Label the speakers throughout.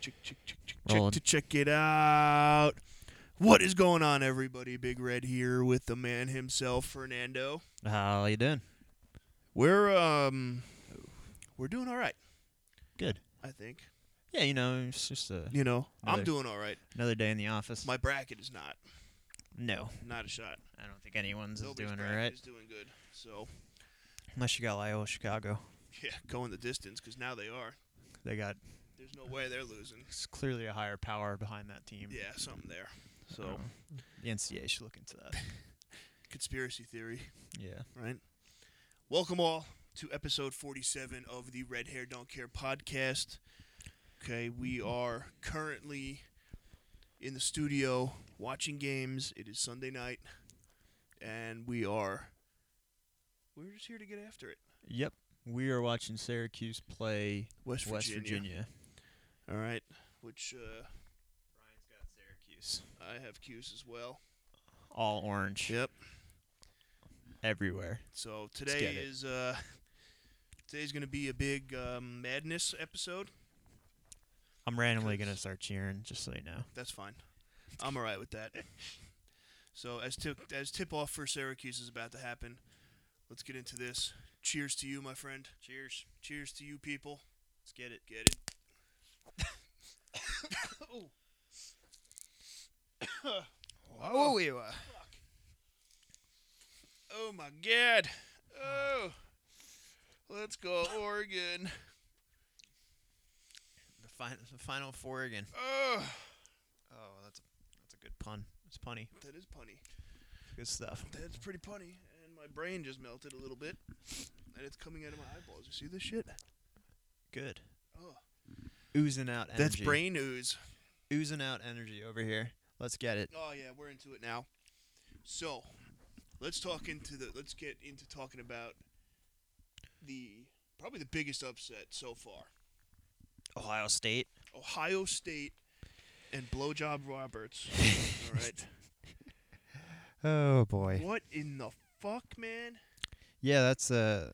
Speaker 1: check, check, check, check,
Speaker 2: Rolling.
Speaker 1: check to check it out. What is going on, everybody? Big Red here with the man himself, Fernando.
Speaker 2: Uh, How you doing?
Speaker 1: We're um, we're doing all right,
Speaker 2: Good.
Speaker 1: I think.
Speaker 2: Yeah, you know, it's just a,
Speaker 1: You know, I'm
Speaker 2: Another-
Speaker 1: doing all right.
Speaker 2: another day in the office.
Speaker 1: My bracket is not,
Speaker 2: no,
Speaker 1: not a shot.
Speaker 2: I don't think anyone's is
Speaker 1: Nobody's
Speaker 2: doing all
Speaker 1: bracket
Speaker 2: right,
Speaker 1: is doing good. So
Speaker 2: unless you got Loyola Chicago.
Speaker 1: yeah, going the distance because now they are.
Speaker 2: They got
Speaker 1: There's no way they're losing.
Speaker 2: it's clearly a higher power behind that team.
Speaker 1: Yeah, something there. So
Speaker 2: so the NCAA should look into that.
Speaker 1: conspiracy theory.
Speaker 2: yeah,
Speaker 1: right? Welcome all to episode 47 of the Red Hair Don't Care podcast. Okay, we are currently in the studio watching games. It is Sunday night, and we are we're just here to get after it.
Speaker 2: yep. We are watching Syracuse play
Speaker 1: West Virginia.
Speaker 2: West Virginia.
Speaker 1: All right, which uh,
Speaker 2: Brian's got Syracuse
Speaker 1: I have cues as well.
Speaker 2: all orange
Speaker 1: Yep.
Speaker 2: everywhere.
Speaker 1: So
Speaker 2: get
Speaker 1: today
Speaker 2: it.
Speaker 1: is uh, today's going to be a big um, madness episode.
Speaker 2: I'm randomly
Speaker 1: Because-
Speaker 2: gonna start cheering, just so you know.
Speaker 1: That's fine. I'm all right with that. So as tip as tip off for Syracuse is about to happen, let's get into this. Cheers to you, my friend. Cheers. Cheers to you, people. Let's get it. Get it. oh.
Speaker 2: Oh, you are.
Speaker 1: oh my God. Oh. Let's go, Oregon.
Speaker 2: The, fin- the final four again.
Speaker 1: Oh.
Speaker 2: Oh, that's a, that's a good pun. It's punny.
Speaker 1: That is punny.
Speaker 2: Good stuff.
Speaker 1: That's pretty punny. And my brain just melted a little bit, and it's coming out of my eyeballs. You see this shit?
Speaker 2: Good.
Speaker 1: Oh.
Speaker 2: Oozing out energy.
Speaker 1: That's brain ooze.
Speaker 2: Oozing out energy over here. Let's get it.
Speaker 1: Oh yeah, we're into it now. So, let's talk into the let's get into talking about the probably the biggest upset so far.
Speaker 2: Ohio State.
Speaker 1: Ohio State and blowjob Roberts. All right.
Speaker 2: Oh boy.
Speaker 1: What in the fuck, man?
Speaker 2: Yeah, that's uh,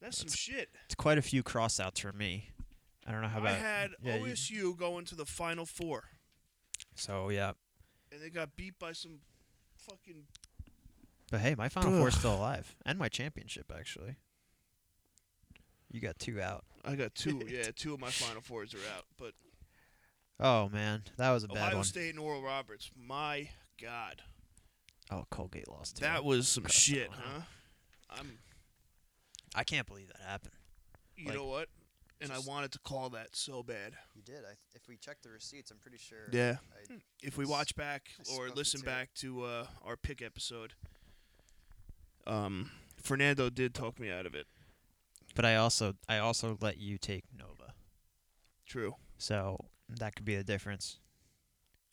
Speaker 1: That's some shit.
Speaker 2: it's quite a few crossouts for me. I don't know how
Speaker 1: I
Speaker 2: about.
Speaker 1: had
Speaker 2: yeah, you-
Speaker 1: OSU going to the final 4
Speaker 2: so yeah,
Speaker 1: and they got beat by some fucking
Speaker 2: but hey, my final four is
Speaker 1: Ugh.
Speaker 2: still alive, and my championship actually. You got two out.
Speaker 1: I got two. yeah, two of my final 4s are out, but
Speaker 2: Oh man, that was a bad
Speaker 1: Ohio
Speaker 2: one.
Speaker 1: State and Oral Roberts. My god.
Speaker 2: Oh, Colgate lost. too.
Speaker 1: That was some
Speaker 2: Crushed
Speaker 1: shit,
Speaker 2: it,
Speaker 1: huh?
Speaker 2: huh?
Speaker 1: I'm,
Speaker 2: I can't believe that happened.
Speaker 1: you
Speaker 2: Like,
Speaker 1: know what? And I
Speaker 3: just-
Speaker 1: wanted to call that so bad.
Speaker 3: You did. I, th- if we check the receipts, I'm pretty sure.
Speaker 1: Yeah.
Speaker 3: I,
Speaker 1: If we watch back
Speaker 3: I
Speaker 1: or
Speaker 3: smoked a
Speaker 1: listen
Speaker 3: tape.
Speaker 1: back to uh, our pick episode, um, Fernando did talk me out of it.
Speaker 2: But I also I also let you take Nova,
Speaker 1: True.
Speaker 2: so that could be the difference.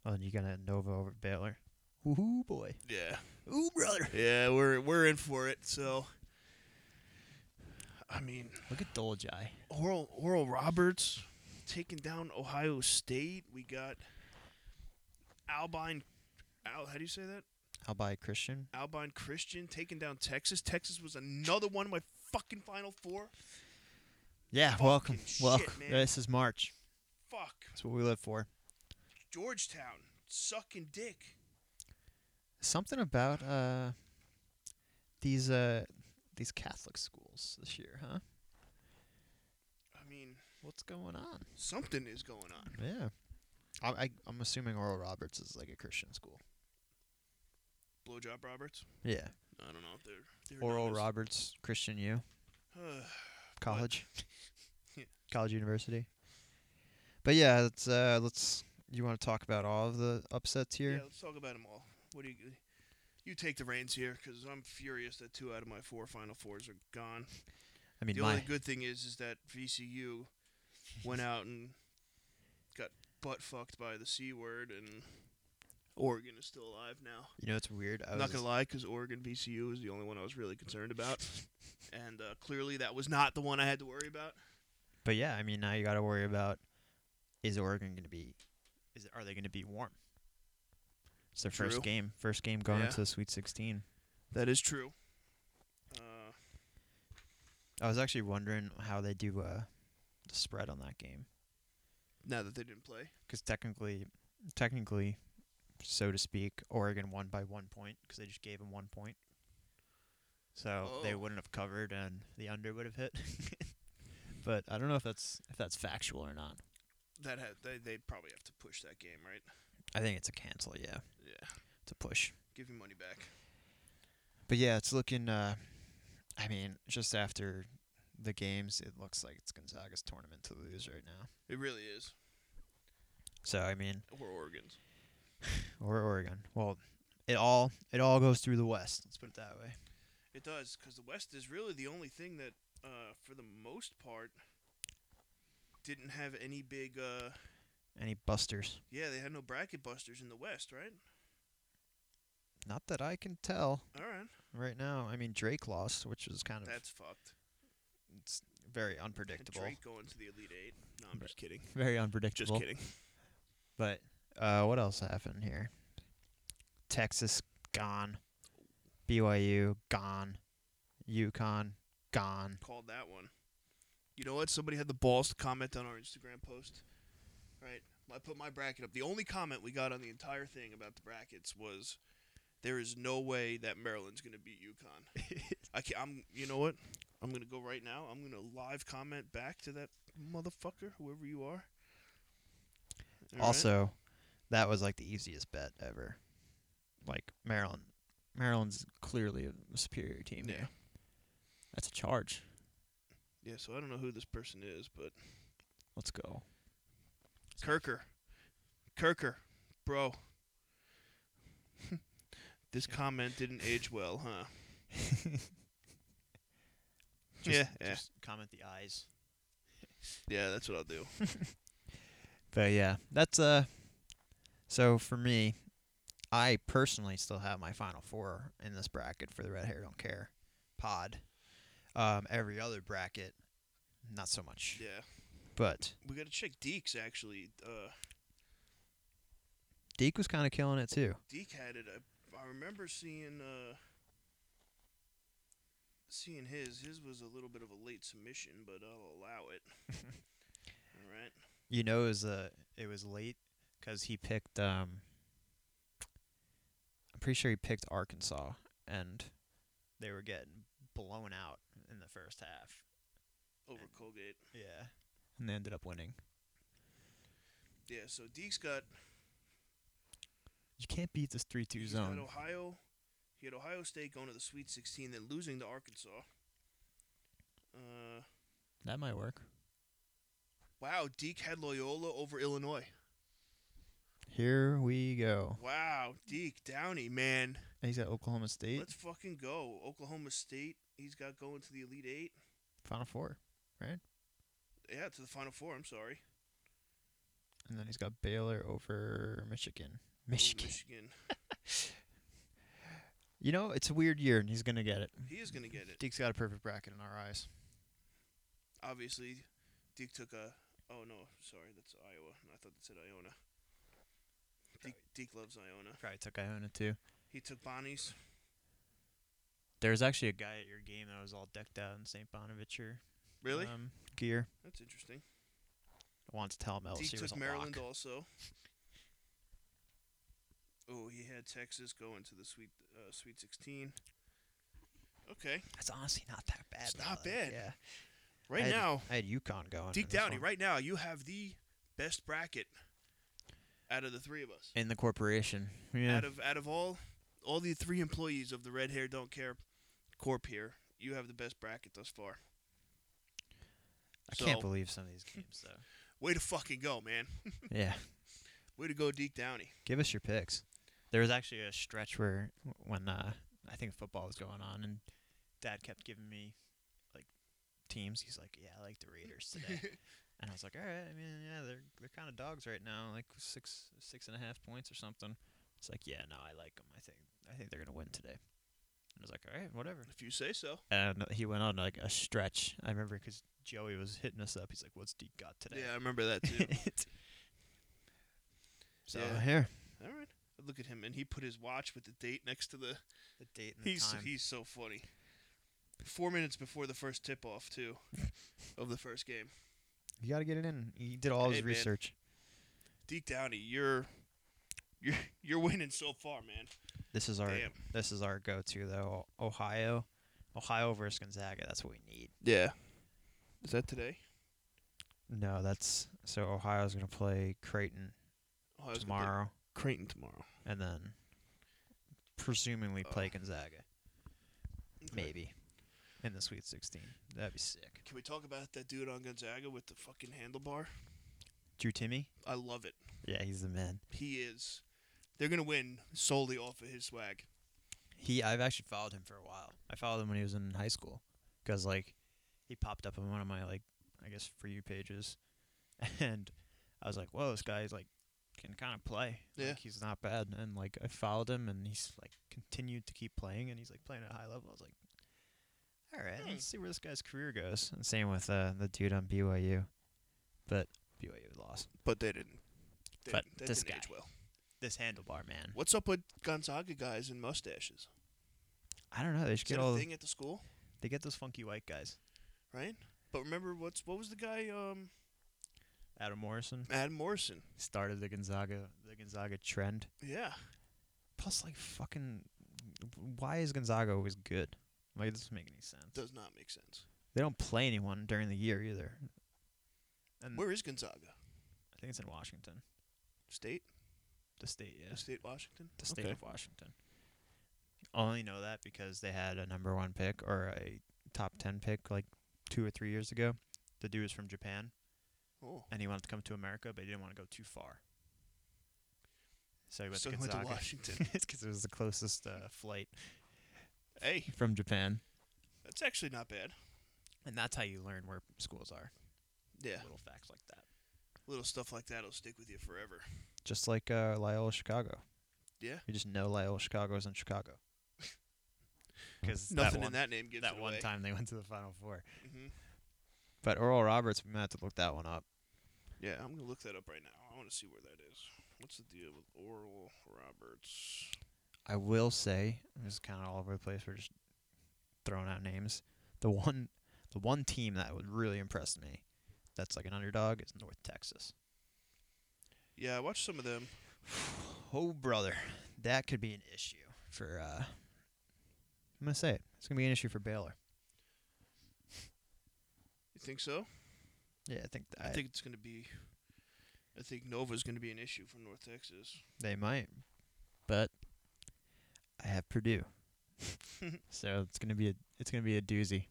Speaker 2: Oh, and you got a Nova over Baylor. Ooh boy.
Speaker 1: Yeah.
Speaker 2: Ooh brother.
Speaker 1: Yeah, we're we're in for it. So, I mean,
Speaker 2: Look at Dolji.
Speaker 1: Oral Oral Roberts taking down Ohio State. We got Albine. Al, how do you say that?
Speaker 2: I'll buy Christian.
Speaker 1: Albine Christian taking down Texas. Texas was another one of my fucking Final Four.
Speaker 2: Yeah,
Speaker 1: Fucking
Speaker 2: welcome.
Speaker 1: shit,
Speaker 2: welcome.
Speaker 1: man.
Speaker 2: This is March.
Speaker 1: Fuck.
Speaker 2: That's what we live for.
Speaker 1: Georgetown sucking dick.
Speaker 2: Something about uh these uh these Catholic schools this year, huh?
Speaker 1: I mean,
Speaker 2: What's going on?
Speaker 1: something is going on.
Speaker 2: Yeah. I, I I'm assuming Oral Roberts is like a Christian school.
Speaker 1: Blowjob Roberts.
Speaker 2: Yeah.
Speaker 1: I don't know if they're, they're
Speaker 2: Oral
Speaker 1: known
Speaker 2: Roberts Christian U.
Speaker 1: as-
Speaker 2: college,
Speaker 1: Yeah.
Speaker 2: college university. But yeah, let's uh, let's. You want to talk about all of the upsets
Speaker 1: yeah,
Speaker 2: here?
Speaker 1: let's talk about them all. What do you? You take the reins here because I'm furious that two out of my four Final Fours are gone.
Speaker 2: I mean,
Speaker 1: the
Speaker 2: my
Speaker 1: only good thing is is that VCU went out and got butt fucked by the C word, and Oregon is still alive now.
Speaker 2: you know it's weird. I
Speaker 1: I'm
Speaker 2: was
Speaker 1: not gonna lie, because Oregon VCU is the only one I was really concerned about, and uh, clearly that was not the one I had to worry about.
Speaker 2: But yeah, I mean, now you got to worry about is Oregon going to be, is are they going to be warm? It's their
Speaker 1: True.
Speaker 2: first game, first game going
Speaker 1: Yeah.
Speaker 2: into the Sweet 16.
Speaker 1: That is true. Uh,
Speaker 2: I was actually wondering how they do uh, the spread on that game.
Speaker 1: now that they didn't play.
Speaker 2: because technically, technically, so to speak, Oregon won by one point because they just gave them one point. So they
Speaker 1: Oh.
Speaker 2: wouldn't have covered, and the under would have hit. but I don't know if that's if that's factual or not.
Speaker 1: That ha- they they probably have to push that game, right?
Speaker 2: I think it's a cancel. Yeah,
Speaker 1: Yeah,
Speaker 2: it's a push.
Speaker 1: give you money back.
Speaker 2: But yeah, it's looking. Uh, I mean, just after the games, it looks like it's Gonzaga's tournament to lose right now.
Speaker 1: It really is.
Speaker 2: So I mean,
Speaker 1: Or Oregon's.
Speaker 2: or Oregon. Well, it all it all goes through the West. Let's put it that way.
Speaker 1: It does, because the West is really the only thing that, uh, for the most part, didn't have any big. Uh,
Speaker 2: Any busters?
Speaker 1: yeah, they had no bracket busters in the West, right?
Speaker 2: Not that I can tell
Speaker 1: All right,
Speaker 2: right now. I mean, Drake lost, which was kind of
Speaker 1: that's fucked.
Speaker 2: it's very
Speaker 1: And
Speaker 2: unpredictable.
Speaker 1: Drake going to the Elite Eight. No, I'm just kidding.
Speaker 2: Very unpredictable.
Speaker 1: Just kidding.
Speaker 2: But uh, what else happened here? Texas gone, BYU gone, UConn gone.
Speaker 1: Called that one. You know what? Somebody had the balls to comment on our Instagram post. Right, I put my bracket up. The only comment we got on the entire thing about the brackets was, "There is no way that Maryland's going to beat UConn." I can I'm. You know what? I'm gonna go right now. I'm gonna live comment back to that motherfucker, whoever you are. All right.
Speaker 2: also, that was like the easiest bet ever. Like Maryland, Maryland's clearly a superior team.
Speaker 1: yeah,
Speaker 2: here. that's a charge.
Speaker 1: yeah. So I don't know who this person is, but
Speaker 2: Let's go.
Speaker 1: Kirker, Kirker, bro. this comment didn't age well, huh? yeah, yeah,
Speaker 2: comment the eyes.
Speaker 1: yeah. That's what I'll do.
Speaker 2: But yeah, that's uh. So for me, I personally still have my final four in this bracket for the red hair don't care pod. Um, every other bracket, not so much.
Speaker 1: Yeah,
Speaker 2: But
Speaker 1: we gotta check Deeks actually. Uh,
Speaker 2: Deke was kind of killing it too.
Speaker 1: Deke had it. I, I remember seeing uh, seeing his. His was a little bit of a late submission, but I'll allow it. All right.
Speaker 2: You know, it was uh, it was late because he picked. Um, I'm pretty sure he picked Arkansas, and they were getting blown out in the first half.
Speaker 1: Over Colgate.
Speaker 2: Yeah, and they ended up winning.
Speaker 1: Yeah. So Deke's got.
Speaker 2: You can't beat this three-two
Speaker 1: He's
Speaker 2: zone.
Speaker 1: got Ohio. He had Ohio State going to the Sweet 16, then losing to Arkansas. Uh,
Speaker 2: That might work.
Speaker 1: wow, Deke had Loyola over Illinois.
Speaker 2: Here we go.
Speaker 1: Wow, Deke Downey, man.
Speaker 2: He's at Oklahoma State.
Speaker 1: Let's fucking go. Oklahoma State, he's got going to the Elite Eight.
Speaker 2: Final four,
Speaker 1: Yeah, to the Final Four, I'm sorry.
Speaker 2: and then he's got Baylor over Michigan.
Speaker 1: Michigan.
Speaker 2: Michigan. You know, it's a weird year, and he's gonna get it.
Speaker 1: He is going to get it.
Speaker 2: Deke's got a perfect bracket in our eyes.
Speaker 1: Obviously, Deke took a. Oh, no. Sorry, that's Iowa. I thought that said Iona. Deke, Deke loves Iona.
Speaker 2: Probably took Iona too.
Speaker 1: He took Bonnie's.
Speaker 2: There was actually a guy at your game that was all decked out in St. Bonaventure
Speaker 1: Really?
Speaker 2: um, gear.
Speaker 1: that's interesting.
Speaker 2: I wanted to tell him
Speaker 1: Deke
Speaker 2: LSU was
Speaker 1: took
Speaker 2: a
Speaker 1: Maryland
Speaker 2: lock.
Speaker 1: also. Oh, he had Texas going to the Sweet uh, Sweet 16. Okay.
Speaker 2: That's honestly not that bad.
Speaker 1: It's
Speaker 2: though,
Speaker 1: not
Speaker 2: like,
Speaker 1: bad.
Speaker 2: Yeah. I
Speaker 1: Right
Speaker 2: had,
Speaker 1: now,
Speaker 2: I had UConn going.
Speaker 1: Deke
Speaker 2: in this
Speaker 1: Downey,
Speaker 2: one.
Speaker 1: right now, you have the best bracket out of the three of us.
Speaker 2: in the corporation. Yeah.
Speaker 1: out of out of all all the three employees of the Red Hair Don't Care Corp here, you have the best bracket thus far.
Speaker 2: I can't
Speaker 1: so-
Speaker 2: believe some of these games though.
Speaker 1: Way to fucking go, man!
Speaker 2: yeah.
Speaker 1: Way to go, Deke Downey.
Speaker 2: Give us your picks. There was actually a stretch where when uh, I think football was going on, and Dad kept giving me like teams. He's like, "Yeah, I like the Raiders today," and I was like, "All right, I mean, yeah, they're they're kind of dogs right now, like six six and a half points or something." It's like, "Yeah, no, I like them. I think I think they're gonna win today." And I was like, "All right, whatever."
Speaker 1: If you say so.
Speaker 2: And he went on like a stretch. I remember because Joey was hitting us up. He's like, "What's Deke got today?"
Speaker 1: Yeah, I remember that too.
Speaker 2: so
Speaker 1: Yeah.
Speaker 2: here,
Speaker 1: all right, look at him, and he put his watch with the date next to the.
Speaker 2: the date and the
Speaker 1: He's
Speaker 2: time.
Speaker 1: he's so funny. Four minutes before the first tip off too, of the first game.
Speaker 2: You got to get it in. He did all
Speaker 1: Hey,
Speaker 2: his
Speaker 1: man.
Speaker 2: research.
Speaker 1: Deke Downey, you're you're you're winning so far, man.
Speaker 2: This is our
Speaker 1: Damn.
Speaker 2: this is our go-to though. O- Ohio, Ohio versus Gonzaga. That's what we need.
Speaker 1: Yeah. Is that today?
Speaker 2: No, that's so Ohio's gonna play Creighton
Speaker 1: Oh, I was gonna
Speaker 2: tomorrow,
Speaker 1: play Creighton tomorrow.
Speaker 2: and then presumably play
Speaker 1: Oh.
Speaker 2: Gonzaga,
Speaker 1: Okay.
Speaker 2: maybe in the Sweet 16. That'd be sick.
Speaker 1: Can we talk about that dude on Gonzaga with the fucking handlebar?
Speaker 2: Drew Timmy.
Speaker 1: I love it.
Speaker 2: Yeah, he's the man.
Speaker 1: He is. They're gonna win solely off of his swag.
Speaker 2: He, I've actually followed him for a while. I followed him when he was in high school, because like, he popped up on one of my like, I guess for you pages, and I was like, whoa, this guy's like, can kind of play.
Speaker 1: Yeah.
Speaker 2: Like, he's not bad, and like I followed him, and he's like continued to keep playing, and he's like playing at a high level. I was like, all right,
Speaker 1: Hmm.
Speaker 2: let's see where this guy's career goes. And same with uh, the dude on BYU, but BYU lost.
Speaker 1: But they didn't. They,
Speaker 2: But
Speaker 1: that
Speaker 2: this
Speaker 1: didn't
Speaker 2: guy.
Speaker 1: age well.
Speaker 2: This handlebar man.
Speaker 1: What's up with Gonzaga guys and mustaches?
Speaker 2: I don't know. They
Speaker 1: Is
Speaker 2: should
Speaker 1: that
Speaker 2: get all.
Speaker 1: a thing at the school?
Speaker 2: They get those funky white guys.
Speaker 1: Right? But remember what's what was the guy, um
Speaker 2: Adam Morrison.
Speaker 1: Adam Morrison.
Speaker 2: started the Gonzaga the Gonzaga trend.
Speaker 1: Yeah.
Speaker 2: Plus, like fucking, why is Gonzaga always good? Like, it doesn't make any sense.
Speaker 1: Does not make sense.
Speaker 2: They don't play anyone during the year either. And
Speaker 1: Where is Gonzaga?
Speaker 2: I think it's in Washington,
Speaker 1: State?
Speaker 2: the state, yeah,
Speaker 1: The State Washington?
Speaker 2: the state
Speaker 1: Okay.
Speaker 2: of Washington. I only know that because they had a number one pick or a top ten pick like two or three years ago. The dude was from Japan
Speaker 1: Oh.
Speaker 2: and he wanted to come to America, but he didn't want to go too far. So he went
Speaker 1: So
Speaker 2: to
Speaker 1: he went
Speaker 2: Gonzaga.
Speaker 1: to Washington.
Speaker 2: because it was the closest uh, flight
Speaker 1: hey,
Speaker 2: from Japan.
Speaker 1: that's actually not bad.
Speaker 2: And that's how you learn where schools are.
Speaker 1: Yeah.
Speaker 2: Little facts like that.
Speaker 1: Little stuff like that'll stick with you forever.
Speaker 2: Just like uh, Loyola Chicago.
Speaker 1: Yeah.
Speaker 2: You just know Loyola Chicago is in Chicago. Because
Speaker 1: Nothing
Speaker 2: one,
Speaker 1: in that name gives
Speaker 2: that
Speaker 1: it
Speaker 2: one
Speaker 1: away.
Speaker 2: time they went to the Final Four.
Speaker 1: hmm
Speaker 2: But Oral Roberts, we might have to look that one up.
Speaker 1: Yeah, I'm gonna look that up right now. I want to see where that is. What's the deal with Oral Roberts?
Speaker 2: I will say, I'm just kind of all over the place. We're just throwing out names. The one, the one team that would really impress me, that's like an underdog, is North Texas.
Speaker 1: Yeah, I watched some of them.
Speaker 2: Oh brother, that could be an issue for. Uh, I'm gonna say it. It's gonna be an issue for Baylor.
Speaker 1: You think so?
Speaker 2: Yeah, I think
Speaker 1: I, think it's gonna be. I think Nova's gonna be an issue for North Texas.
Speaker 2: they might, but I have Purdue, so it's gonna be a it's gonna be a doozy.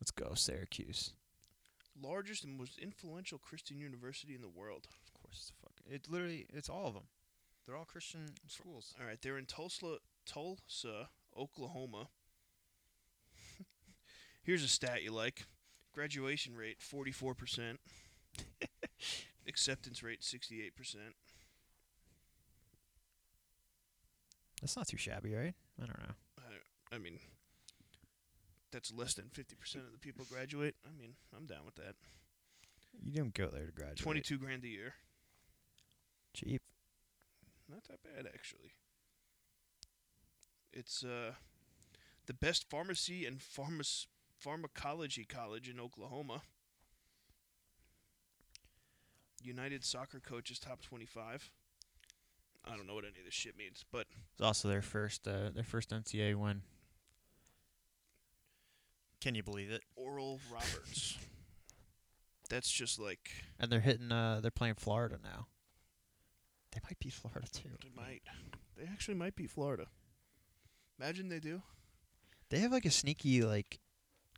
Speaker 2: Let's go Syracuse.
Speaker 1: Largest and most influential Christian university in the world.
Speaker 2: Of course, the fuck. It literally it's all of them. They're all Christian schools.
Speaker 1: All right, they're in Tulsa, Tulsa, Oklahoma. Here's a stat you like: graduation rate forty-four percent, acceptance rate sixty-eight percent.
Speaker 2: That's not too shabby, right? I don't know.
Speaker 1: I, I mean, that's less than 50% of the people graduate. I mean, I'm down with that.
Speaker 2: You don't go there to graduate.
Speaker 1: 22 grand a year.
Speaker 2: cheap.
Speaker 1: Not that bad, actually. It's uh, the best pharmacy and pharmac- pharmacology college in Oklahoma. United Soccer Coaches Top 25. I don't know what any of this shit means, but
Speaker 2: It's also their first uh, their first NCAA win. Can you believe it?
Speaker 1: Oral Roberts. That's just like,
Speaker 2: And they're hitting uh they're playing Florida now. They might beat Florida too.
Speaker 1: they might. They actually might be Florida. Imagine they do.
Speaker 2: They have like a sneaky like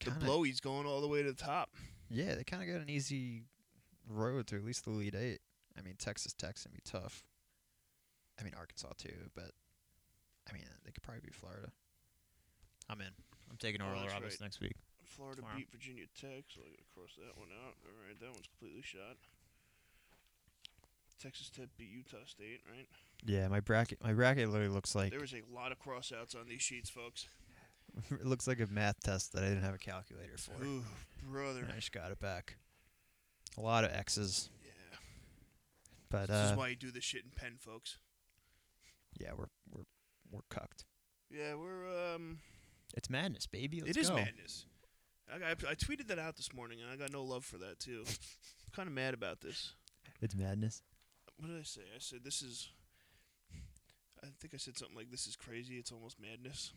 Speaker 1: the
Speaker 2: kinda-
Speaker 1: blowy's going all the way to the top.
Speaker 2: Yeah, they kind of got an easy road to at least the lead eight. I mean, Texas Tech's gonna be tough. I mean, Arkansas too, but I mean, they could probably beat Florida. I'm in. I'm taking
Speaker 1: Oh,
Speaker 2: Oral
Speaker 1: that's right.
Speaker 2: Roberts next week.
Speaker 1: Florida
Speaker 2: Tomorrow.
Speaker 1: beat Virginia Tech, so I gotta cross that one out. All right, that one's completely shot. Texas Tech beat Utah State, right?
Speaker 2: Yeah, my bracket, my bracket literally looks like
Speaker 1: There was a lot of crossouts on these sheets, folks.
Speaker 2: it looks like a math test that I didn't have a calculator for,
Speaker 1: Ooh, brother.
Speaker 2: and I just got it back. A lot of X's,
Speaker 1: Yeah.
Speaker 2: but
Speaker 1: this
Speaker 2: uh,
Speaker 1: is why you do this shit in pen, folks.
Speaker 2: yeah, we're we're we're cucked.
Speaker 1: Yeah, we're um.
Speaker 2: It's madness, baby. Let's
Speaker 1: it is
Speaker 2: go.
Speaker 1: madness. I, got- I tweeted that out this morning, and I got no love for that too. kind of mad about this.
Speaker 2: It's madness.
Speaker 1: what did I say? I said this is. I think I said something like this is crazy. It's almost madness.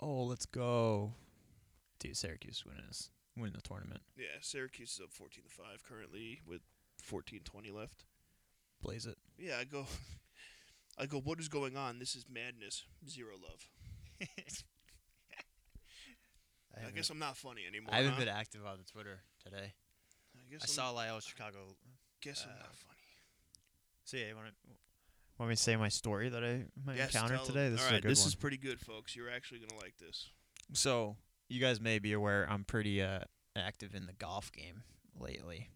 Speaker 2: Oh, let's go. Dude, Syracuse win this, win the tournament.
Speaker 1: Yeah, Syracuse is up fourteen to five currently with fourteen twenty left.
Speaker 2: Blaze it.
Speaker 1: Yeah, I go. I go. What is going on? This is madness. Zero love. I, guess I'm not funny anymore.
Speaker 2: I haven't
Speaker 1: huh?
Speaker 2: been active on the Twitter today.
Speaker 1: I guess
Speaker 2: I
Speaker 1: I'm,
Speaker 2: saw Lyle Chicago.
Speaker 1: Guess I'm
Speaker 2: uh,
Speaker 1: not funny.
Speaker 2: So yeah, you want to want me to say my story that I my
Speaker 1: Yes,
Speaker 2: encountered
Speaker 1: tell 'em.
Speaker 2: today? This
Speaker 1: All
Speaker 2: is
Speaker 1: right,
Speaker 2: a good
Speaker 1: this
Speaker 2: one.
Speaker 1: is pretty good, folks. You're actually gonna like this.
Speaker 2: So you guys may be aware I'm pretty uh, active in the golf game lately,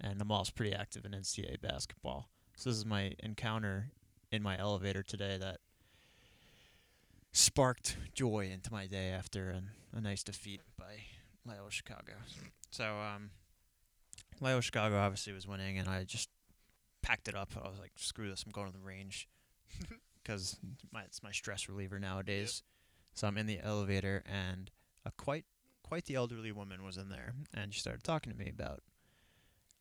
Speaker 2: and I'm also pretty active in NCAA basketball. So this is my encounter in my elevator today that sparked joy into my day after an, a nice defeat by Lyle Chicago. So um, Lyle Chicago obviously was winning, and I just packed it up. I was like, "Screw this! I'm going to the range." Because my, it's my stress reliever nowadays. So I'm in the elevator, and a quite quite the elderly woman was in there, and she started talking to me about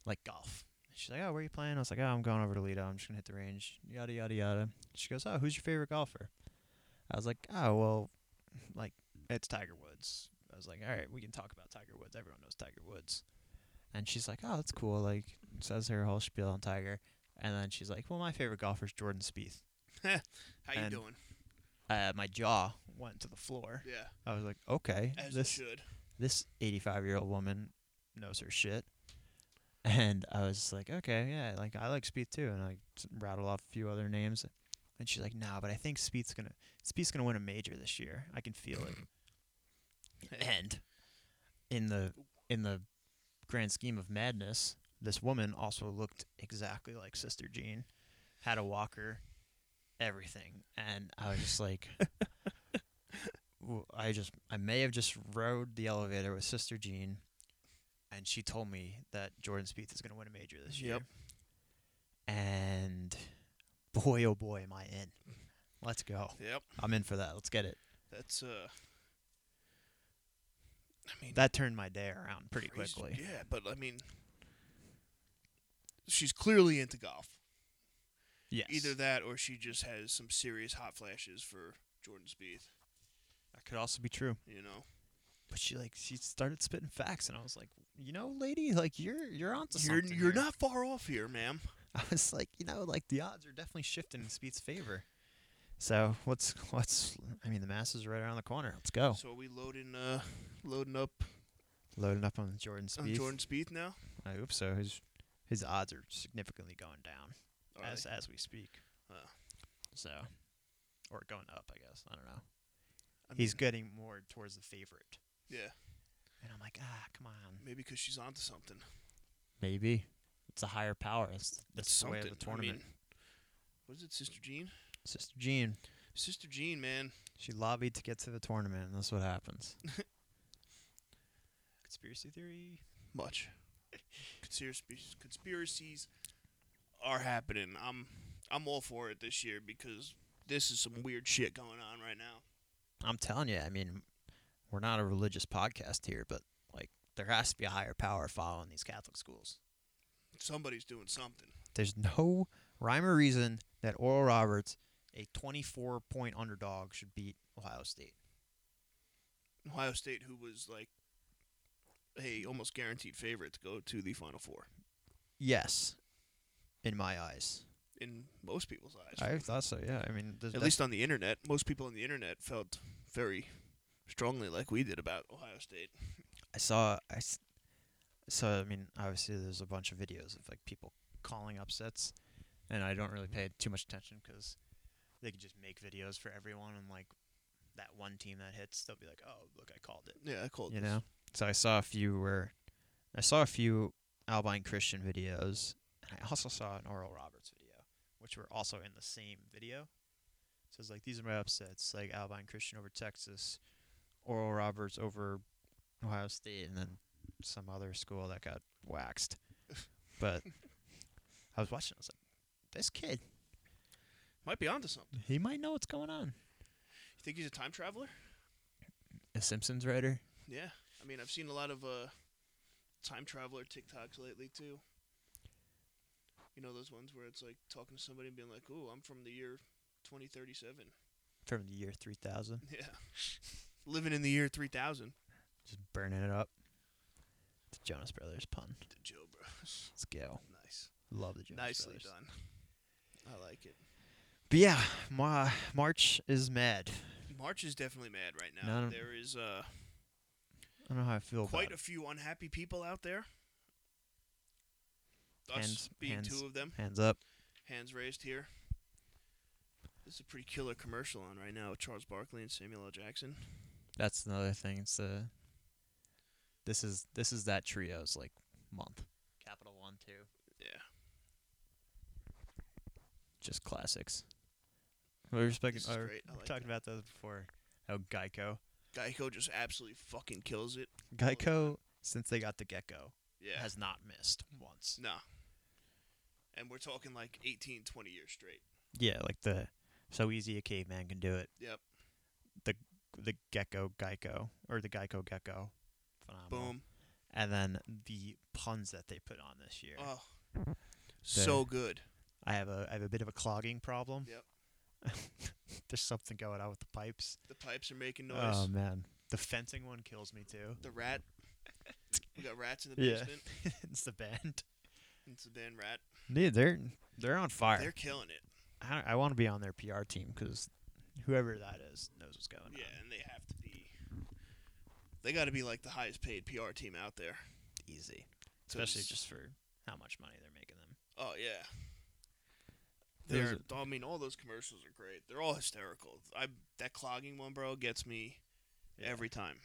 Speaker 2: like golf. She's like, "Oh, where are you playing?" I was like, "Oh, I'm going over to Lido. I'm just gonna hit the range." Yada yada yada. She goes, "Oh, who's your favorite golfer?" I was like, "Oh, well, like it's Tiger Woods." I was like, "All right, we can talk about Tiger Woods. Everyone knows Tiger Woods." And she's like, "Oh, that's cool." Like says her whole spiel on Tiger, and then she's like, "Well, my favorite golfer is Jordan Spieth."
Speaker 1: How you
Speaker 2: And-
Speaker 1: doing?
Speaker 2: Uh, my jaw went to the floor.
Speaker 1: Yeah,
Speaker 2: I was like, "Okay,
Speaker 1: as
Speaker 2: this
Speaker 1: it should.
Speaker 2: this 85 year old woman knows her shit. And I was like, okay, yeah, like I like Speed too, and I s- rattled off a few other names, and she's like, nah, but I think Speed's gonna Speed's gonna win a major this year. I can feel it. and in the in the grand scheme of madness, this woman also looked exactly like Sister Jean, had a walker, everything, and I was just like, w- I just I may have just rode the elevator with Sister Jean, and she told me that Jordan Spieth is going to win a major this year.
Speaker 1: Yep.
Speaker 2: And boy, oh boy, am I in! Let's go.
Speaker 1: Yep,
Speaker 2: I'm in for that. Let's get it.
Speaker 1: that's uh. I mean,
Speaker 2: That turned my day around pretty
Speaker 1: crazy- E-,
Speaker 2: quickly.
Speaker 1: Yeah, but I mean, she's clearly into golf.
Speaker 2: Yes.
Speaker 1: Either that, or she just has some serious hot flashes for Jordan Spieth.
Speaker 2: that could also be true.
Speaker 1: You know,
Speaker 2: But she like she started spitting facts, and I was like, you know, lady, like you're you're onto
Speaker 1: you're
Speaker 2: something.
Speaker 1: you're
Speaker 2: here."
Speaker 1: not far off here, ma'am.
Speaker 2: I was like, you know, like the odds are definitely shifting in Speed's favor. So let's let's. I mean, the Masters is right around the corner. Let's go.
Speaker 1: So are we loading uh loading up
Speaker 2: Loading up on Jordan
Speaker 1: on
Speaker 2: Speed.
Speaker 1: Jordan Spieth now?
Speaker 2: I hope so. His his odds are significantly going down
Speaker 1: Are
Speaker 2: as
Speaker 1: they?
Speaker 2: as we speak.
Speaker 1: Oh.
Speaker 2: So, or going up, I guess. I don't know.
Speaker 1: I
Speaker 2: He's
Speaker 1: mean,
Speaker 2: getting more towards the favorite,
Speaker 1: Yeah,
Speaker 2: and I'm like, ah, come on.
Speaker 1: maybe because she's onto something.
Speaker 2: Maybe it's a higher power. It's
Speaker 1: That's
Speaker 2: that's the way
Speaker 1: something.
Speaker 2: of
Speaker 1: I
Speaker 2: the tournament.
Speaker 1: mean, what is it, Sister Jean?
Speaker 2: Sister Jean,
Speaker 1: Sister Jean, man.
Speaker 2: she lobbied to get to the tournament, and that's what happens. Conspiracy theory.
Speaker 1: Much. Conspiracies, conspiracies are happening. I'm I'm all for it this year because this is some weird shit going on right now.
Speaker 2: I'm telling you, I mean, we're not a religious podcast here, but like there has to be a higher power following these Catholic schools.
Speaker 1: Somebody's doing something.
Speaker 2: There's no rhyme or reason that Oral Roberts, a 24 point underdog, should beat Ohio State.
Speaker 1: Ohio State, who was like a almost guaranteed favorite to go to the Final Four
Speaker 2: Yes, in my eyes.
Speaker 1: in most people's eyes,
Speaker 2: I thought so. Yeah, I mean,
Speaker 1: at least on the internet. Most people on the internet felt very strongly like we did about Ohio State.
Speaker 2: I saw. I s- so I mean, obviously, there's a bunch of videos of like people calling upsets, and I don't really pay too much attention because they can just make videos for everyone, and like that one team that hits, they'll be like, "Oh, look, I called it,"
Speaker 1: Yeah, I called.
Speaker 2: you
Speaker 1: this.
Speaker 2: know. So I saw a few where I saw a few Albine Christian videos, and I also saw an Oral Roberts video, which were also in the same video. So it's like these are my upsets, like Albine Christian over Texas, Oral Roberts over Ohio State, and then some other school that got waxed. But I was watching, I was like, this kid,
Speaker 1: might be onto something.
Speaker 2: he might know what's going on.
Speaker 1: You think he's a time traveler?
Speaker 2: A Simpsons writer.
Speaker 1: Yeah, I mean, I've seen a lot of uh, time traveler TikToks lately too. You know those ones where it's like talking to somebody and being like, "Ooh, I'm from the year 2037."
Speaker 2: From the year 3000.
Speaker 1: Yeah. Living in the year 3000.
Speaker 2: Just burning it up. The Jonas Brothers pun.
Speaker 1: The Joe Bros.
Speaker 2: Let's go.
Speaker 1: Nice.
Speaker 2: Love the Jonas
Speaker 1: Nicely
Speaker 2: Brothers.
Speaker 1: done. I like it.
Speaker 2: But yeah, Ma- March is mad.
Speaker 1: March is definitely mad right now.
Speaker 2: No.
Speaker 1: There is uh,
Speaker 2: I don't know how I feel
Speaker 1: quite
Speaker 2: about
Speaker 1: a few unhappy people out there. Us
Speaker 2: Hands-
Speaker 1: being
Speaker 2: hands.
Speaker 1: two of them,
Speaker 2: it. Hands up.
Speaker 1: hands raised here. This is a pretty killer commercial on right now with Charles Barkley and Samuel L. Jackson.
Speaker 2: That's another thing. It's the this is this is that trio's like month. Capital One two.
Speaker 1: Yeah.
Speaker 2: Just classics. We were speaking,
Speaker 1: This is
Speaker 2: or
Speaker 1: great. I
Speaker 2: we
Speaker 1: like
Speaker 2: talked about those before. How Geico.
Speaker 1: Geico just absolutely fucking kills it.
Speaker 2: Geico since they got the gecko
Speaker 1: Yeah.
Speaker 2: has not missed once.
Speaker 1: no. And we're talking like 18, 20 years straight.
Speaker 2: Yeah, like the so easy a caveman can do it.
Speaker 1: Yep.
Speaker 2: The gecko Geico or the Geico gecko. Phenomenal.
Speaker 1: Boom.
Speaker 2: And then the puns that they put on this year.
Speaker 1: Oh. So good.
Speaker 2: I have a I have a bit of a clogging problem.
Speaker 1: Yep.
Speaker 2: There's something going on with the pipes.
Speaker 1: The pipes are making noise.
Speaker 2: Oh man, the fencing one kills me too.
Speaker 1: the rat. we got rats in the
Speaker 2: Yeah.
Speaker 1: basement.
Speaker 2: it's the band.
Speaker 1: It's a damn rat.
Speaker 2: Dude, they're they're on fire.
Speaker 1: They're killing it.
Speaker 2: I, I want to be on their PR team because whoever that is knows what's going
Speaker 1: Yeah,
Speaker 2: on.
Speaker 1: and they have to be. They got to be like the highest paid PR team out there.
Speaker 2: Easy, especially
Speaker 1: 'Cause-
Speaker 2: just for how much money they're making them.
Speaker 1: Oh yeah.
Speaker 2: There's
Speaker 1: They're, I mean, all those commercials are great. They're all hysterical. I that clogging one, bro, gets me
Speaker 2: Yeah.
Speaker 1: every time.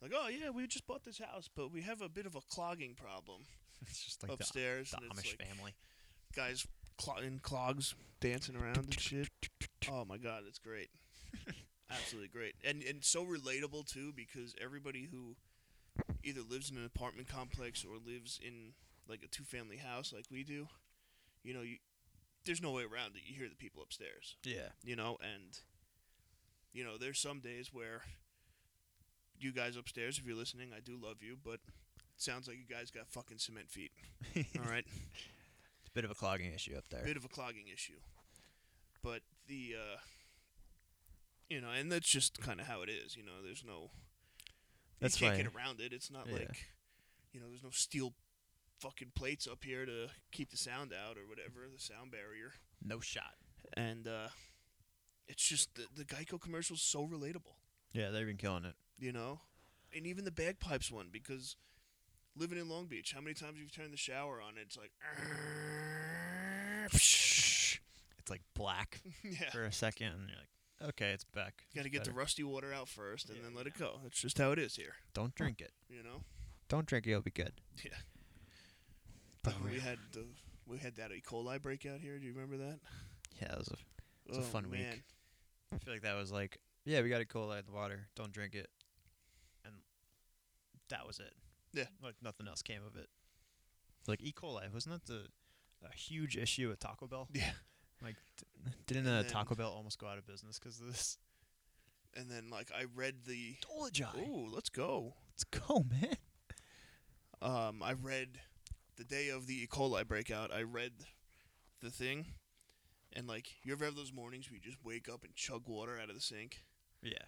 Speaker 1: Like, oh yeah, we just bought this house, but we have a bit of a clogging problem
Speaker 2: it's just like the,
Speaker 1: upstairs.
Speaker 2: the
Speaker 1: and it's
Speaker 2: Amish
Speaker 1: like
Speaker 2: family.
Speaker 1: guys clo- in clogs dancing around and shit. Oh my god, it's great. Absolutely great. And and so relatable too because everybody who either lives in an apartment complex or lives in like a two-family house like we do, you know, you there's no way around it. You hear the people upstairs,
Speaker 2: Yeah,
Speaker 1: you know, and you know, there's some days where you guys upstairs if you're listening, I do love you, but sounds like you guys got fucking cement feet. All right.
Speaker 2: it's a bit of a clogging issue up there.
Speaker 1: bit of a clogging issue. But the uh you know, and that's just kind of how it is, you know, there's no
Speaker 2: That's
Speaker 1: you can't
Speaker 2: why-
Speaker 1: get around it. It's not
Speaker 2: Yeah.
Speaker 1: like you know, there's no steel fucking plates up here to keep the sound out or whatever, the sound barrier.
Speaker 2: No shot.
Speaker 1: And uh it's just the the Geico commercial's so relatable,
Speaker 2: Yeah, they've been killing it.
Speaker 1: you know? And even the bagpipes one because living in Long Beach, how many times you've turned the shower on and it's like
Speaker 2: It's like black
Speaker 1: yeah.
Speaker 2: for a second, and you're like, okay, it's back.
Speaker 1: You got to
Speaker 2: It's
Speaker 1: get the
Speaker 2: better.
Speaker 1: rusty water out first and
Speaker 2: Yeah,
Speaker 1: then let it
Speaker 2: yeah.
Speaker 1: go. That's just how it is here,
Speaker 2: Don't drink it.
Speaker 1: you know?
Speaker 2: Don't drink it. You'll be good.
Speaker 1: Yeah.
Speaker 2: But
Speaker 1: Uh, we
Speaker 2: we-
Speaker 1: had the we had that E. coli breakout here. Do you remember that? Oh,
Speaker 2: yeah, it was a It's a fun week.
Speaker 1: man.
Speaker 2: I feel like that was like, yeah, we got a cola in the water. Don't drink it. And that was it.
Speaker 1: Yeah.
Speaker 2: Like nothing else came of it. Like E. coli, wasn't that the a huge issue with Taco Bell?
Speaker 1: Yeah.
Speaker 2: Like, d- didn't uh,
Speaker 1: And then-
Speaker 2: Taco Bell almost go out of business because of this?
Speaker 1: And then like I read the
Speaker 2: Dolajai.
Speaker 1: oh let's go.
Speaker 2: Let's go, man.
Speaker 1: Um, I read the day of the E. coli breakout. I read the thing, and like you ever have those mornings where you just wake up and chug water out of the sink?
Speaker 2: Yeah.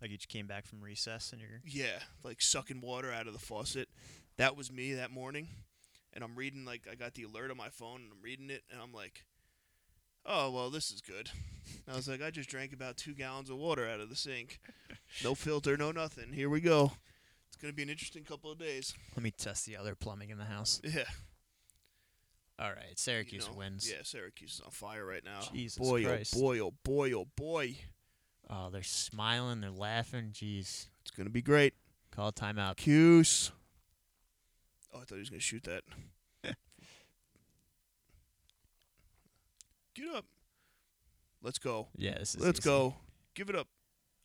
Speaker 2: Like you just came back from recess and you're
Speaker 1: Yeah, like sucking water out of the faucet. That was me that morning. And I'm reading, like, I got the alert on my phone and I'm reading it and I'm like, oh, well, this is good. And I was like, I just drank about two gallons of water out of the sink. No filter, no nothing. Here we go. It's going to be an interesting couple of days.
Speaker 2: let me test the other plumbing in the house.
Speaker 1: Yeah.
Speaker 2: All right,
Speaker 1: you
Speaker 2: Syracuse
Speaker 1: know.
Speaker 2: wins.
Speaker 1: Yeah, Syracuse is on fire right now.
Speaker 2: Jesus
Speaker 1: boy,
Speaker 2: Christ.
Speaker 1: oh, boy, oh, boy, oh, boy.
Speaker 2: Oh, they're smiling, they're laughing. Jeez.
Speaker 1: It's going to be great.
Speaker 2: Call timeout.
Speaker 1: Cuse. Oh, I thought he was gonna shoot that. Get up. Let's go.
Speaker 2: Yeah, this is
Speaker 1: Let's
Speaker 2: easy.
Speaker 1: go. Give it up.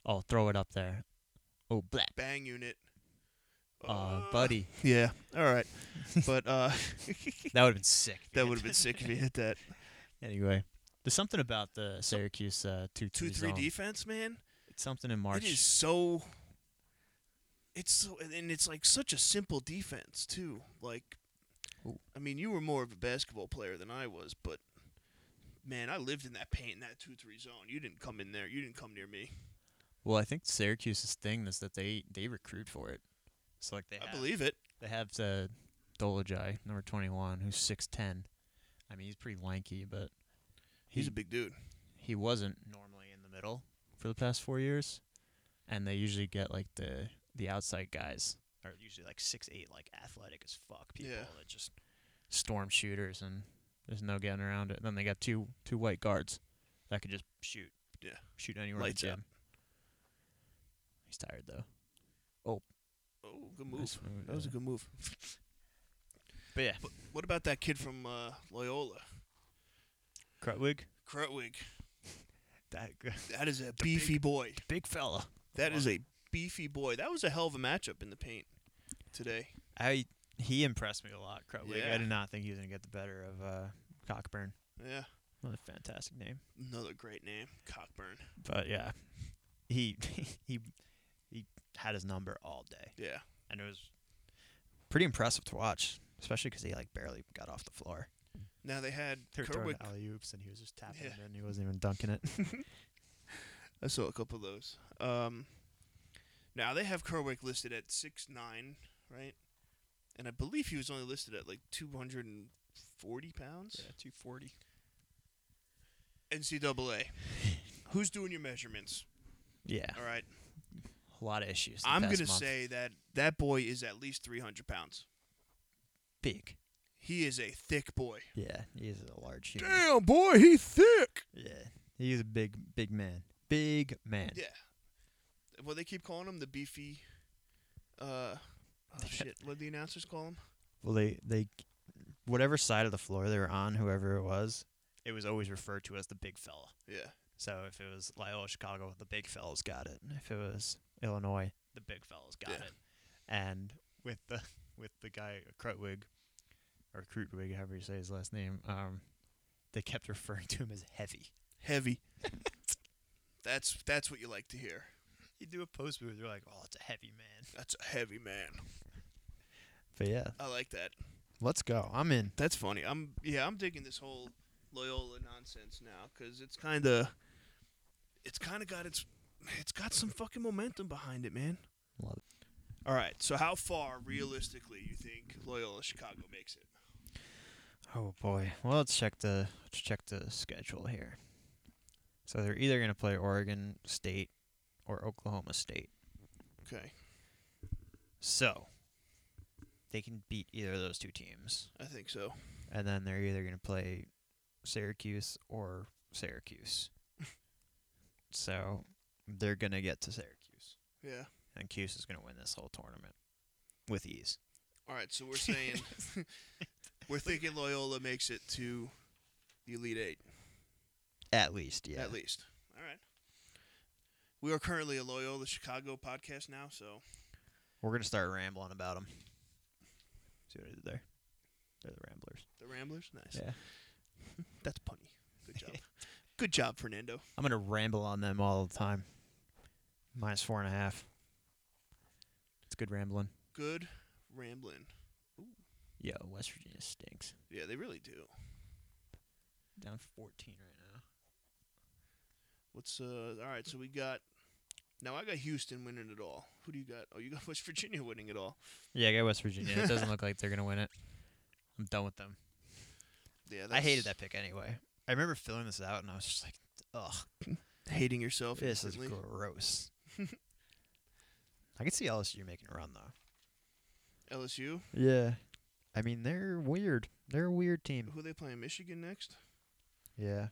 Speaker 2: Oh, throw it up there. Oh, black.
Speaker 1: Bang unit.
Speaker 2: Uh, buddy,
Speaker 1: Yeah. All right. But uh,
Speaker 2: that would have been sick. if he
Speaker 1: that
Speaker 2: had
Speaker 1: would have been sick if he hit that
Speaker 2: Anyway, there's something about the Syracuse uh, two
Speaker 1: two three
Speaker 2: zone.
Speaker 1: defense, man.
Speaker 2: It's something in March.
Speaker 1: It is so. It's so, and it's like such a simple defense too. Like I mean, you were more of a basketball player than I was, but man, I lived in that paint in that two three zone. You didn't come in there. You didn't come near me.
Speaker 2: Well, I think Syracuse's thing is that they they recruit for it. So like they
Speaker 1: I
Speaker 2: have,
Speaker 1: believe it.
Speaker 2: they have the Dolajai, number twenty one, who's six ten. I mean, he's pretty lanky, but
Speaker 1: He's
Speaker 2: he-
Speaker 1: a big dude.
Speaker 2: he wasn't normally in the middle for the past four years, and they usually get like the the outside guys are usually like six eight, like athletic as fuck people
Speaker 1: Yeah.
Speaker 2: that just storm shooters, and there's no getting around it. then they got two two white guards that could just shoot,
Speaker 1: Yeah.
Speaker 2: shoot anywhere
Speaker 1: Lights
Speaker 2: in the
Speaker 1: out.
Speaker 2: gym. He's tired though.
Speaker 1: Oh, good move.
Speaker 2: Nice move,
Speaker 1: That was a
Speaker 2: yeah.
Speaker 1: good move.
Speaker 2: But yeah,
Speaker 1: But what about that kid from uh, Loyola,
Speaker 2: Crutwig,
Speaker 1: Krutwig?
Speaker 2: that
Speaker 1: That is a beefy boy.
Speaker 2: big fella.
Speaker 1: That is a beefy boy. That was a hell of a matchup in the paint today.
Speaker 2: I he impressed me a lot, Crutwig.
Speaker 1: Yeah.
Speaker 2: I did not think he was gonna get the better of uh, Cockburn.
Speaker 1: Yeah,
Speaker 2: What a fantastic name.
Speaker 1: another great name, Cockburn.
Speaker 2: But yeah, he he he had his number all day,
Speaker 1: Yeah,
Speaker 2: and it was pretty impressive to watch, especially because he like barely got off the floor.
Speaker 1: Now they had
Speaker 2: They were throwing
Speaker 1: Kerwick.
Speaker 2: alley oops, and he was just tapping
Speaker 1: Yeah.
Speaker 2: it, and he wasn't even dunking it.
Speaker 1: I saw a couple of those. Um, now they have Kerwick listed at six nine, right? And I believe he was only listed at like two hundred and forty pounds.
Speaker 2: two forty.
Speaker 1: NCAA. Who's doing your measurements?
Speaker 2: Yeah,
Speaker 1: All right,
Speaker 2: a lot of issues. the
Speaker 1: I'm
Speaker 2: past
Speaker 1: gonna
Speaker 2: month.
Speaker 1: say that that boy is at least three hundred pounds.
Speaker 2: big.
Speaker 1: He is a thick boy.
Speaker 2: Yeah, he's a large human.
Speaker 1: Damn boy, he thick.
Speaker 2: Yeah, he's a big big man, big man.
Speaker 1: Yeah. Well, they keep calling him the beefy. Uh, oh shit! What did the announcers call him?
Speaker 2: Well, they they whatever side of the floor they were on, whoever it was, it was always referred to as the big fella.
Speaker 1: Yeah.
Speaker 2: So if it was Loyola Chicago, the big fella's got it. If it was Illinois, the big fella's got
Speaker 1: Yeah.
Speaker 2: it. And with the with the guy Crutwig or Crutwig, however you say his last name, um, they kept referring to him as heavy.
Speaker 1: heavy. that's that's what you like to hear.
Speaker 2: You do a post booth, they're like, "Oh, it's a heavy man."
Speaker 1: That's a heavy man.
Speaker 2: But yeah,
Speaker 1: I like that.
Speaker 2: let's go. I'm in.
Speaker 1: That's funny. I'm yeah. I'm digging this whole Loyola nonsense now because it's kind of it's kind of got its it's got some fucking momentum behind it, man.
Speaker 2: Love
Speaker 1: it. All right. So how far realistically you think Loyola Chicago makes it?
Speaker 2: Oh boy. Well, let's check the let's check the schedule here. So they're either going to play Oregon State or Oklahoma State.
Speaker 1: Okay.
Speaker 2: So they can beat either of those two teams,
Speaker 1: I think so.
Speaker 2: and then they're either going to play Syracuse or Syracuse. so they're going to get to Syracuse,
Speaker 1: Yeah.
Speaker 2: and Cuse is going to win this whole tournament with ease.
Speaker 1: All right. So we're saying we're thinking Loyola makes it to the Elite Eight.
Speaker 2: At least, yeah.
Speaker 1: At least. All right. We are currently a Loyola Chicago podcast now, so
Speaker 2: We're going to start rambling about them. See what I did there? They're the Ramblers.
Speaker 1: the Ramblers. Nice.
Speaker 2: Yeah.
Speaker 1: That's punny. Good job. Good job, Fernando.
Speaker 2: I'm gonna ramble on them all the time. Minus four and a half. It's good rambling.
Speaker 1: Good rambling.
Speaker 2: Yo, West Virginia stinks.
Speaker 1: Yeah, they really do.
Speaker 2: Down 14 right now.
Speaker 1: What's uh all right, so we got now I got Houston winning it all. Who do you got? Oh, you got West Virginia winning it all.
Speaker 2: Yeah, I got West Virginia. It doesn't look like they're gonna win it. I'm done with them.
Speaker 1: Yeah,
Speaker 2: I hated
Speaker 1: that's
Speaker 2: that pick anyway. I remember filling this out and I was just like, ugh,
Speaker 1: Hating yourself.
Speaker 2: this is
Speaker 1: instantly.
Speaker 2: gross. I could see LSU making a run though.
Speaker 1: LSU.
Speaker 2: Yeah. I mean, they're weird. They're a weird team.
Speaker 1: Who they playing? Michigan next?
Speaker 2: Yeah.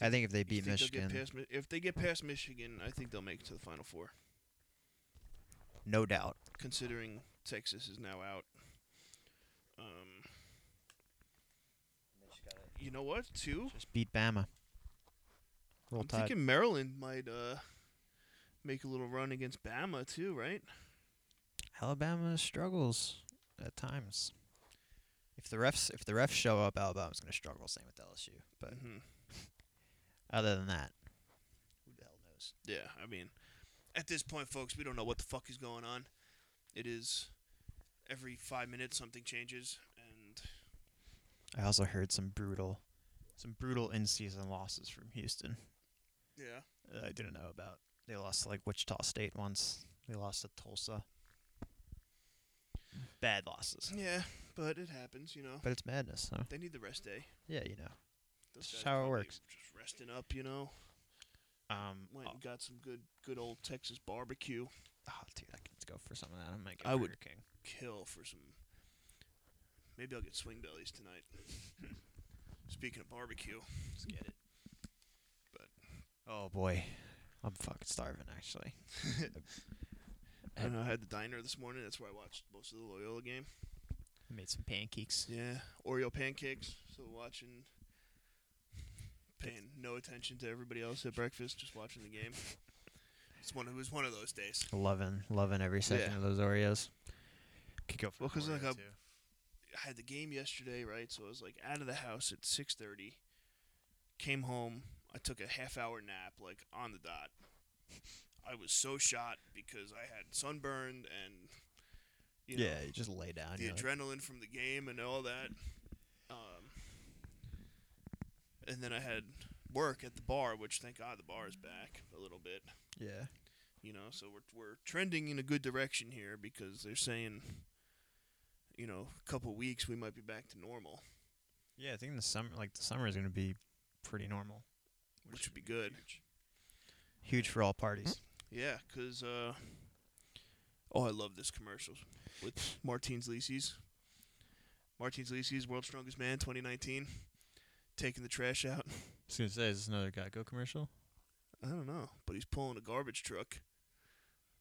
Speaker 2: I think if they
Speaker 1: You
Speaker 2: beat
Speaker 1: think they'll
Speaker 2: Michigan,
Speaker 1: get past Mi- if they get past Michigan, I think they'll make it to the Final Four.
Speaker 2: no doubt.
Speaker 1: Considering Texas is now out. Um,
Speaker 3: They just gotta-
Speaker 1: You know what? Too.
Speaker 2: Just beat Bama. Roll
Speaker 1: I'm
Speaker 2: Tide.
Speaker 1: thinking Maryland might uh make a little run against Bama too, right?
Speaker 2: Alabama struggles at times. If the refs if the refs show up, Alabama's going to struggle. Same with LSU. But
Speaker 1: Mhm.
Speaker 2: other than that, who the hell knows?
Speaker 1: Yeah, I mean, at this point, folks, we don't know what the fuck is going on. It is every five minutes something changes, and
Speaker 2: I also heard some brutal, some brutal in-season losses from Houston
Speaker 1: Yeah.
Speaker 2: that I didn't know about. They lost to, like Wichita State once. They lost to Tulsa. Bad losses,
Speaker 1: Yeah, but it happens, you know.
Speaker 2: but it's madness. So
Speaker 1: They need the rest day.
Speaker 2: yeah, you know.
Speaker 1: Those
Speaker 2: It's
Speaker 1: guys
Speaker 2: just how it
Speaker 1: probably
Speaker 2: works.
Speaker 1: Just resting up, you know.
Speaker 2: Um,
Speaker 1: Went and got some good, good old Texas barbecue.
Speaker 2: Oh, dude, I could go for some of that. I might get
Speaker 1: I
Speaker 2: Burger
Speaker 1: would-
Speaker 2: King.
Speaker 1: Kill for some. Maybe I'll get swing bellies tonight. Speaking of barbecue,
Speaker 2: Let's get it.
Speaker 1: But-
Speaker 2: oh boy, I'm fucking starving actually.
Speaker 1: I know I had the diner this morning. That's where I watched most of the Loyola game.
Speaker 2: I made some pancakes.
Speaker 1: Yeah, Oreo pancakes. So watching, paying no attention to everybody else at breakfast, just watching the game. It's one. It was one of those days.
Speaker 2: Loving, loving every second
Speaker 1: Yeah.
Speaker 2: of those Oreos. Could go for
Speaker 1: Well,
Speaker 2: an
Speaker 1: 'cause, like,
Speaker 2: Oreo,
Speaker 1: I'm-
Speaker 2: too.
Speaker 1: I had the game yesterday, right? So I was like out of the house at six thirty. Came home. I took a half hour nap, like on the dot. I was so shot because I had sunburned and you know
Speaker 2: yeah, you just lay down.
Speaker 1: the
Speaker 2: you're like,
Speaker 1: adrenaline from the game and all that. Um, and then I had work at the bar, which thank God the bar is back a little bit.
Speaker 2: yeah,
Speaker 1: You know, so we're we're trending in a good direction here because they're saying, you know, a couple weeks we might be back to normal.
Speaker 2: yeah. I think the summer, like the summer, is gonna be pretty normal.
Speaker 1: Which would be good.
Speaker 2: Huge for all parties.
Speaker 1: Yeah, because, uh, oh, I love this commercial with Martins Lisi's. Martins Lisi's, World's Strongest Man 2019, taking the trash out.
Speaker 2: I was gonna say, is this another Geico commercial?
Speaker 1: I don't know, but he's pulling a garbage truck.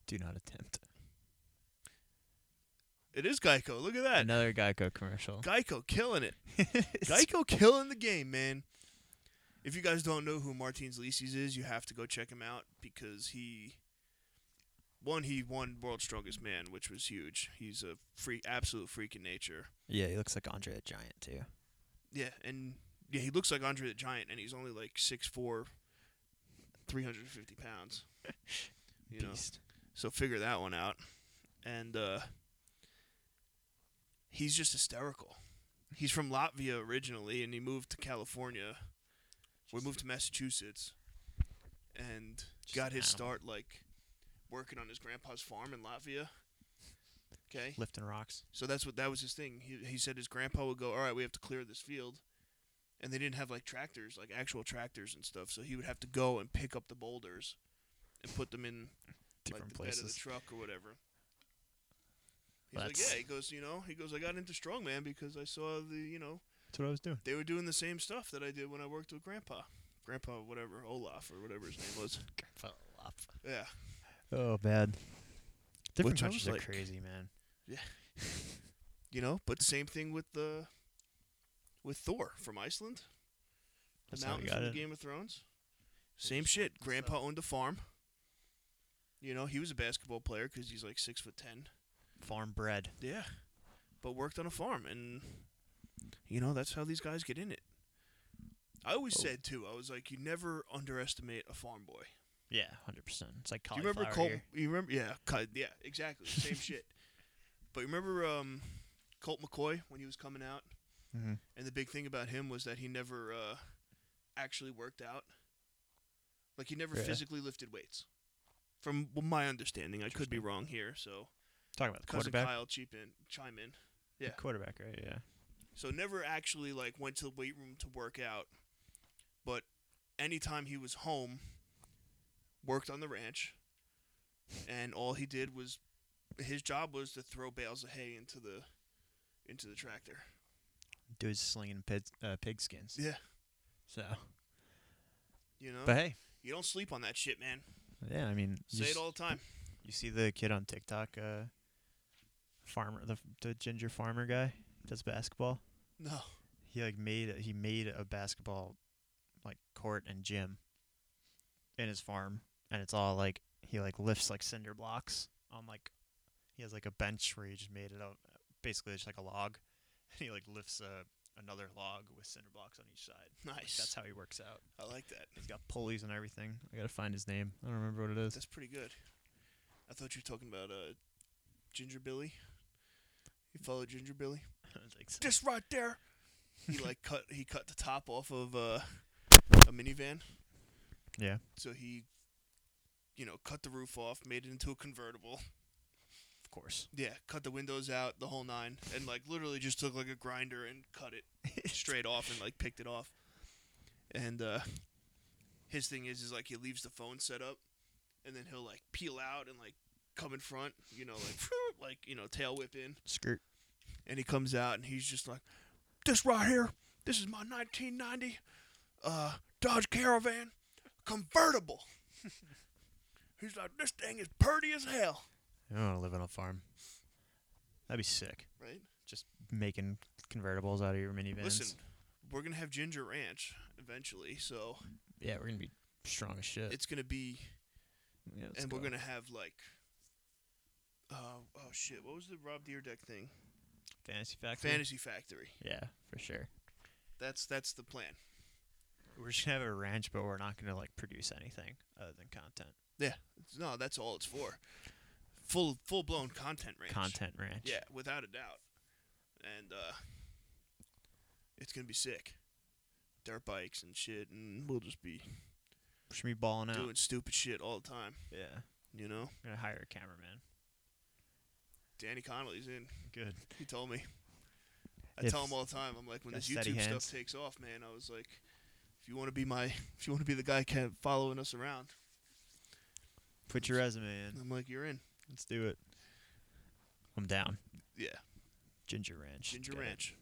Speaker 2: Do not attempt.
Speaker 1: It is Geico. Look at that.
Speaker 2: Another Geico commercial.
Speaker 1: Geico killing it. Geico killing the game, man. If you guys don't know who Martins Lisi's is, you have to go check him out because he one he won World's Strongest Man, which was huge. He's a free absolute freak in nature.
Speaker 2: Yeah, he looks like Andre the Giant too.
Speaker 1: Yeah, and yeah, he looks like Andre the Giant and he's only like 6'4 350 pounds. You know.
Speaker 2: Beast.
Speaker 1: So figure that one out. And uh, he's just hysterical. He's from Latvia originally, and he moved to California. We moved to Massachusetts, and
Speaker 2: Just
Speaker 1: got
Speaker 2: an
Speaker 1: his
Speaker 2: animal.
Speaker 1: start like working on his grandpa's farm in Latvia. Okay,
Speaker 2: Lifting rocks.
Speaker 1: so that's what that was his thing. He he said his grandpa would go, all right, we have to clear this field, and they didn't have like tractors, like actual tractors and stuff. So he would have to go and pick up the boulders and put them in like
Speaker 2: Different
Speaker 1: the bed of
Speaker 2: places.
Speaker 1: the truck or whatever. He's like,
Speaker 2: That's-
Speaker 1: yeah. He goes, you know, he goes, I got into strongman because I saw the, you know,
Speaker 2: That's what I was doing.
Speaker 1: they were doing the same stuff that I did when I worked with Grandpa, Grandpa whatever Olaf or whatever his name was. Yeah,
Speaker 2: Oh, bad. Different
Speaker 1: Which I
Speaker 2: countries
Speaker 1: was
Speaker 2: are
Speaker 1: like-
Speaker 2: crazy, man.
Speaker 1: you know, but same thing with the, with Thor from Iceland, the
Speaker 2: That's how we
Speaker 1: mountain
Speaker 2: got
Speaker 1: from the
Speaker 2: it.
Speaker 1: Game of Thrones.
Speaker 2: They
Speaker 1: Same
Speaker 2: just
Speaker 1: shit.
Speaker 2: worked the
Speaker 1: Grandpa
Speaker 2: stuff.
Speaker 1: owned a farm. You know, he was a basketball player because he's like six foot ten.
Speaker 2: Farm bred.
Speaker 1: Yeah, but worked on a farm, and you know that's how these guys get in it. I always
Speaker 2: Oh.
Speaker 1: said too. I was like, you never underestimate a farm boy.
Speaker 2: Yeah, hundred percent. It's like
Speaker 1: Do you
Speaker 2: cauliflower.
Speaker 1: remember Colt?
Speaker 2: ear.
Speaker 1: You remember? Yeah, cut. Yeah, exactly. Same shit. But you remember um, Colt McCoy when he was coming out,
Speaker 2: Mm-hmm.
Speaker 1: and the big thing about him was that he never uh, actually worked out. Like he never
Speaker 2: Yeah.
Speaker 1: physically lifted weights. From my understanding, I could be wrong here. So
Speaker 2: Talking about the
Speaker 1: cousin
Speaker 2: quarterback.
Speaker 1: Kyle, cheep in, chime in.
Speaker 2: The
Speaker 1: yeah.
Speaker 2: quarterback, right? Yeah.
Speaker 1: So never actually like went to the weight room to work out, but anytime he was home, worked on the ranch, and all he did was his job was to throw bales of hay into the into the tractor.
Speaker 2: Dude's slinging pig, uh, pig skins.
Speaker 1: Yeah, Uh-huh.
Speaker 2: So,
Speaker 1: you know,
Speaker 2: but hey,
Speaker 1: you don't sleep on that shit, man.
Speaker 2: yeah. I mean, you,
Speaker 1: Say
Speaker 2: s-
Speaker 1: it all the time.
Speaker 2: you see the kid on TikTok, uh, farmer, the, the ginger farmer guy, does basketball.
Speaker 1: No,
Speaker 2: He like made a, he made a basketball, like court and gym. In his farm, and it's all like he like lifts like cinder blocks on like, he has like a bench where he just made it up, basically just like a log, and he like lifts a another log with cinder blocks on each side. Like,
Speaker 1: nice.
Speaker 2: that's how he works out.
Speaker 1: I like that.
Speaker 2: He's got pulleys and everything. I gotta find his name. I don't remember what it is.
Speaker 1: That's pretty good. I thought you were talking about uh, Ginger Billy. You follow Ginger Billy?
Speaker 2: I don't think so.
Speaker 1: This right there he like cut he cut the top off of uh, a minivan.
Speaker 2: Yeah.
Speaker 1: So he, you know, cut the roof off, made it into a convertible.
Speaker 2: Of course.
Speaker 1: Yeah, cut the windows out, the whole nine, and like literally just took like a grinder and cut it straight off and like picked it off. And uh his thing is is like he leaves the phone set up and then he'll like peel out and like come in front, you know, like like, you know, tail whip in
Speaker 2: Skirt.
Speaker 1: and he comes out and he's just like, "This right here, this is my 1990 uh, Dodge Caravan convertible." he's like, "This thing is purty as hell."
Speaker 2: I don't want to live on a farm. That'd be sick.
Speaker 1: Right?
Speaker 2: Just making convertibles out of your minivans.
Speaker 1: Listen, we're gonna have Ginger Ranch eventually, so
Speaker 2: Yeah, we're gonna be strong as shit.
Speaker 1: it's gonna be,
Speaker 2: yeah, let's
Speaker 1: and
Speaker 2: go.
Speaker 1: we're gonna have like, uh, oh shit, what was the Rob Deerdeck thing?
Speaker 2: fantasy factory.
Speaker 1: Fantasy Factory.
Speaker 2: Yeah, for sure.
Speaker 1: That's that's the plan.
Speaker 2: We're just gonna have a ranch, but we're not gonna like produce anything other than content.
Speaker 1: No, that's all it's for. Full full blown content range.
Speaker 2: Content ranch.
Speaker 1: Yeah, without a doubt. And uh it's gonna be sick. Dirt bikes and shit, and we'll just be
Speaker 2: We should be balling out.
Speaker 1: doing stupid shit all the time.
Speaker 2: Yeah.
Speaker 1: You know,
Speaker 2: We're gonna hire a cameraman.
Speaker 1: Danny Connolly's in.
Speaker 2: Good.
Speaker 1: He told me. I
Speaker 2: If-
Speaker 1: tell him all the time. I'm like, when
Speaker 2: Got
Speaker 1: this
Speaker 2: steady
Speaker 1: YouTube
Speaker 2: hands.
Speaker 1: stuff takes off, man. I was like, if you want to be my, if you want to be the guy ca- following us around,
Speaker 2: Put your resume in.
Speaker 1: I'm like, you're in.
Speaker 2: Let's do it. I'm down.
Speaker 1: Yeah,
Speaker 2: Ginger Ranch.
Speaker 1: Ginger
Speaker 2: Got it.
Speaker 1: Ranch.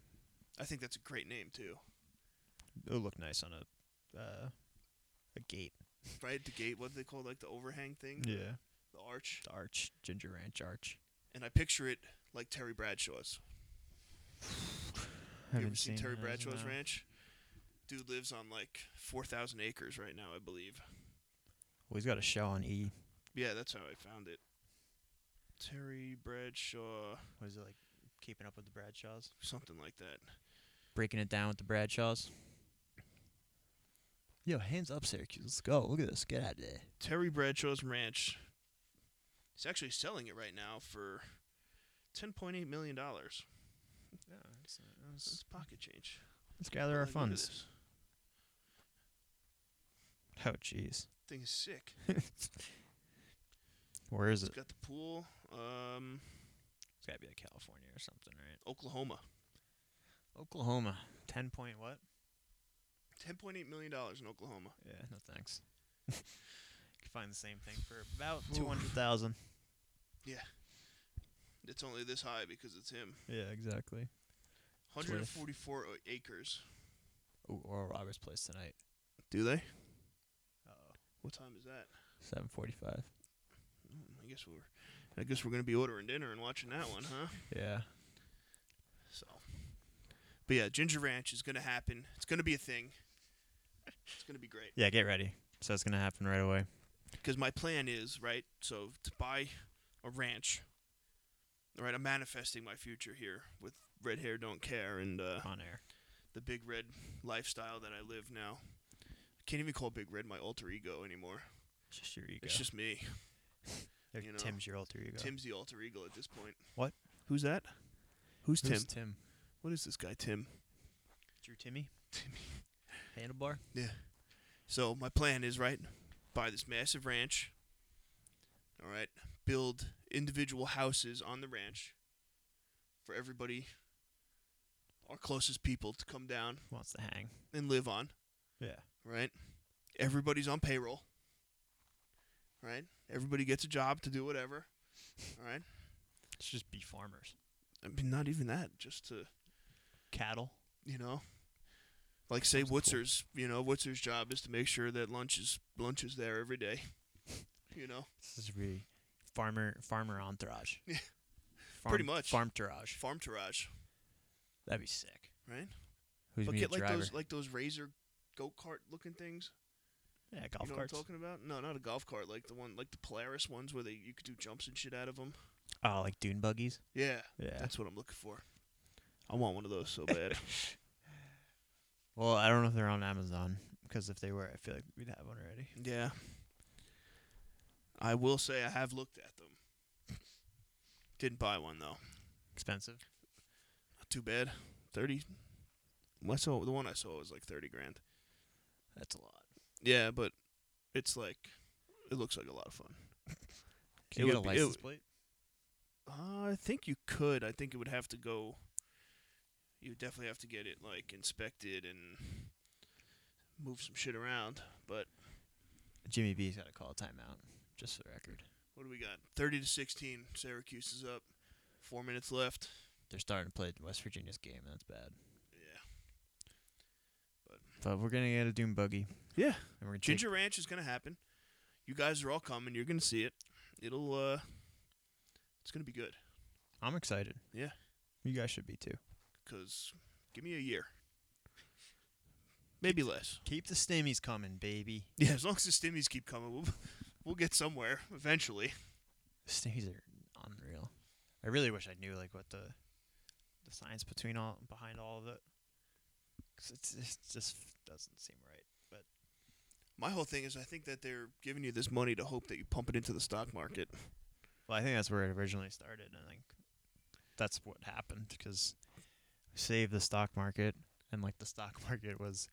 Speaker 1: I think that's a great name too,
Speaker 2: It'll look nice on a uh, a gate.
Speaker 1: right? The gate, what do they call like the overhang thing,
Speaker 2: Yeah.
Speaker 1: the arch,
Speaker 2: The arch. Ginger Ranch arch.
Speaker 1: and I picture it like Terry Bradshaw's. You ever seen Terry Bradshaw's ranch? Dude lives on like four thousand acres right now, I believe.
Speaker 2: Well, he's got a show on E.
Speaker 1: Yeah, that's how I found it. Terry Bradshaw,
Speaker 2: What is it like? Keeping up with the Bradshaws.
Speaker 1: something like that.
Speaker 2: Breaking it down with the Bradshaws. Yo, hands up, Syracuse. Let's go. Look at this. Get out of there.
Speaker 1: Terry Bradshaw's ranch. He's actually selling it right now for ten point eight million dollars.
Speaker 2: Yeah, let's,
Speaker 1: It's pocket change.
Speaker 2: let's gather our
Speaker 1: Like, look at
Speaker 2: funds.
Speaker 1: this.
Speaker 2: Oh, jeez.
Speaker 1: Thing is sick.
Speaker 2: Where is it?
Speaker 1: It's got the pool. Um,
Speaker 2: It's got to be like California or something, right?
Speaker 1: Oklahoma.
Speaker 2: Oklahoma. 10 point what?
Speaker 1: Ten point eight million dollars in Oklahoma.
Speaker 2: Yeah, no thanks. you can find the same thing for about
Speaker 1: Oof.
Speaker 2: 200000
Speaker 1: It's only this high because it's him.
Speaker 2: Yeah, exactly. worth-
Speaker 1: Hundred and forty-four acres.
Speaker 2: Ooh, Oral Roberts plays tonight.
Speaker 1: Do they?
Speaker 2: Uh-oh.
Speaker 1: What time is that?
Speaker 2: 745.
Speaker 1: Mm, I guess we're, I guess we're gonna be ordering dinner and watching that one, huh?
Speaker 2: Yeah.
Speaker 1: So, but yeah, Ginger Ranch is gonna happen. It's gonna be a thing. It's gonna be great.
Speaker 2: Yeah, get ready. So it's going to happen right away.
Speaker 1: Because my plan is right. So to buy a ranch. All right, I'm manifesting my future here with red hair, don't care, and uh,
Speaker 2: On air.
Speaker 1: the big red lifestyle that I live now. I can't even call Big Red my alter ego anymore.
Speaker 2: Just your ego.
Speaker 1: It's just me.
Speaker 2: Or
Speaker 1: you know,
Speaker 2: Tim's your alter ego.
Speaker 1: Tim's the alter ego at this point.
Speaker 2: What?
Speaker 1: Who's that? Who's, Tim?
Speaker 2: Who's Tim?
Speaker 1: What is this guy, Tim?
Speaker 2: Drew Timmy?
Speaker 1: Timmy.
Speaker 2: Handlebar?
Speaker 1: So my plan is right, buy this massive ranch. All right, build individual houses on the ranch for everybody, our closest people to come down
Speaker 2: Wants to hang.
Speaker 1: and live on.
Speaker 2: Yeah.
Speaker 1: Right, everybody's on payroll. Right, everybody gets a job to do whatever. All right,
Speaker 2: Let's just be farmers.
Speaker 1: I mean not even that, just to
Speaker 2: Cattle.
Speaker 1: you know like say
Speaker 2: Sounds cool.
Speaker 1: Wootzer's, you know, Wootzer's job is to make sure that lunch is lunch is there every day. You know,
Speaker 2: This is be farmer farmer entourage.
Speaker 1: Yeah.
Speaker 2: Farm,
Speaker 1: Pretty much.
Speaker 2: Farm entourage.
Speaker 1: farm tourage,
Speaker 2: That'd be sick.
Speaker 1: right?
Speaker 2: Who's
Speaker 1: but
Speaker 2: me
Speaker 1: get
Speaker 2: the
Speaker 1: like
Speaker 2: driver?
Speaker 1: those like those razor go kart looking things.
Speaker 2: yeah, golf
Speaker 1: you know
Speaker 2: carts.
Speaker 1: what I'm talking about? No, not a golf cart, like the one like the Polaris ones where they you could do jumps and shit out of them.
Speaker 2: Oh, like dune buggies.
Speaker 1: Yeah,
Speaker 2: Yeah.
Speaker 1: that's what I'm looking for. I want one of those so bad.
Speaker 2: Well, I don't know if they're on Amazon because if they were, I feel like we'd have one already.
Speaker 1: yeah. I will say I have looked at them. Didn't buy one though.
Speaker 2: Expensive.
Speaker 1: Not too bad. 30 I saw the one I saw was like thirty grand.
Speaker 2: That's a lot.
Speaker 1: Yeah, but it's like it looks like a lot of fun.
Speaker 2: Can
Speaker 1: It
Speaker 2: you get a
Speaker 1: would be- it
Speaker 2: license
Speaker 1: would-
Speaker 2: plate?
Speaker 1: Uh, I think you could. I think it would have to go. You would definitely have to get it like inspected and move some shit around. But
Speaker 2: Jimmy B's got to call a timeout, just for the record.
Speaker 1: what do we got? Thirty to sixteen. Syracuse is up. Four minutes left.
Speaker 2: They're starting to play West Virginia's game. That's bad.
Speaker 1: Yeah.
Speaker 2: But we're gonna get a Doom buggy.
Speaker 1: Yeah.
Speaker 2: And we're gonna take-
Speaker 1: Ginger Ranch is gonna happen. You guys are all coming. You're gonna see it. It'll uh, it's gonna be good.
Speaker 2: I'm excited.
Speaker 1: Yeah.
Speaker 2: You guys should be too.
Speaker 1: Cause give me a year, maybe less.
Speaker 2: Keep the stimmies coming, baby.
Speaker 1: Yeah, as long as the stimmies keep coming, we'll we'll get somewhere eventually.
Speaker 2: The stimmies are unreal. I really wish I knew like what the the science between all behind all of it. 'Cause it's, it just doesn't seem right.
Speaker 1: My whole thing is I think that they're giving you this money to hope that you pump it into the stock market.
Speaker 2: Well, I think that's where it originally started. and I think that's what happened because save the stock market, and like the stock market was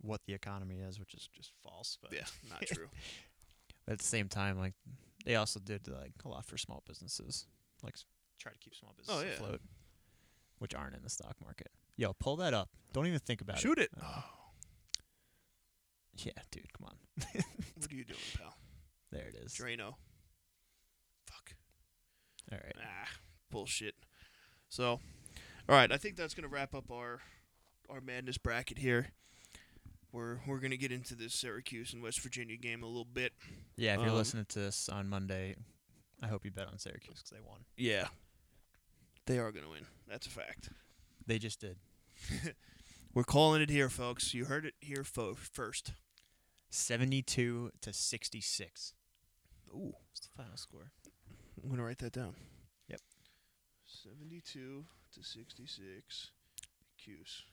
Speaker 2: what the economy is, which is just false. But
Speaker 1: Yeah, not true.
Speaker 2: at the same time, like they also did like a lot for small businesses, like s- try to keep small businesses
Speaker 1: yeah.
Speaker 2: afloat, which aren't in the stock market. Yo, pull that up. Don't even think about
Speaker 1: Shoot it.
Speaker 2: it. Uh, yeah, dude, come on.
Speaker 1: What are you doing, pal?
Speaker 2: There it is.
Speaker 1: Drano. Fuck.
Speaker 2: All right.
Speaker 1: Ah, bullshit. So, all right, I think that's gonna wrap up our our madness bracket here. We're we're gonna get into this Syracuse and West Virginia game a little bit.
Speaker 2: Yeah, if you're
Speaker 1: Um,
Speaker 2: listening to this on Monday, I hope you bet on Syracuse because they won.
Speaker 1: Yeah, they are gonna win. That's a fact.
Speaker 2: They just did.
Speaker 1: We're calling it here, folks. You heard it here fo- first.
Speaker 2: 72 to 66.
Speaker 1: Ooh,
Speaker 2: What's the final score?
Speaker 1: I'm gonna write that down.
Speaker 2: Yep.
Speaker 1: Seventy-two to sixty-six, Cuse.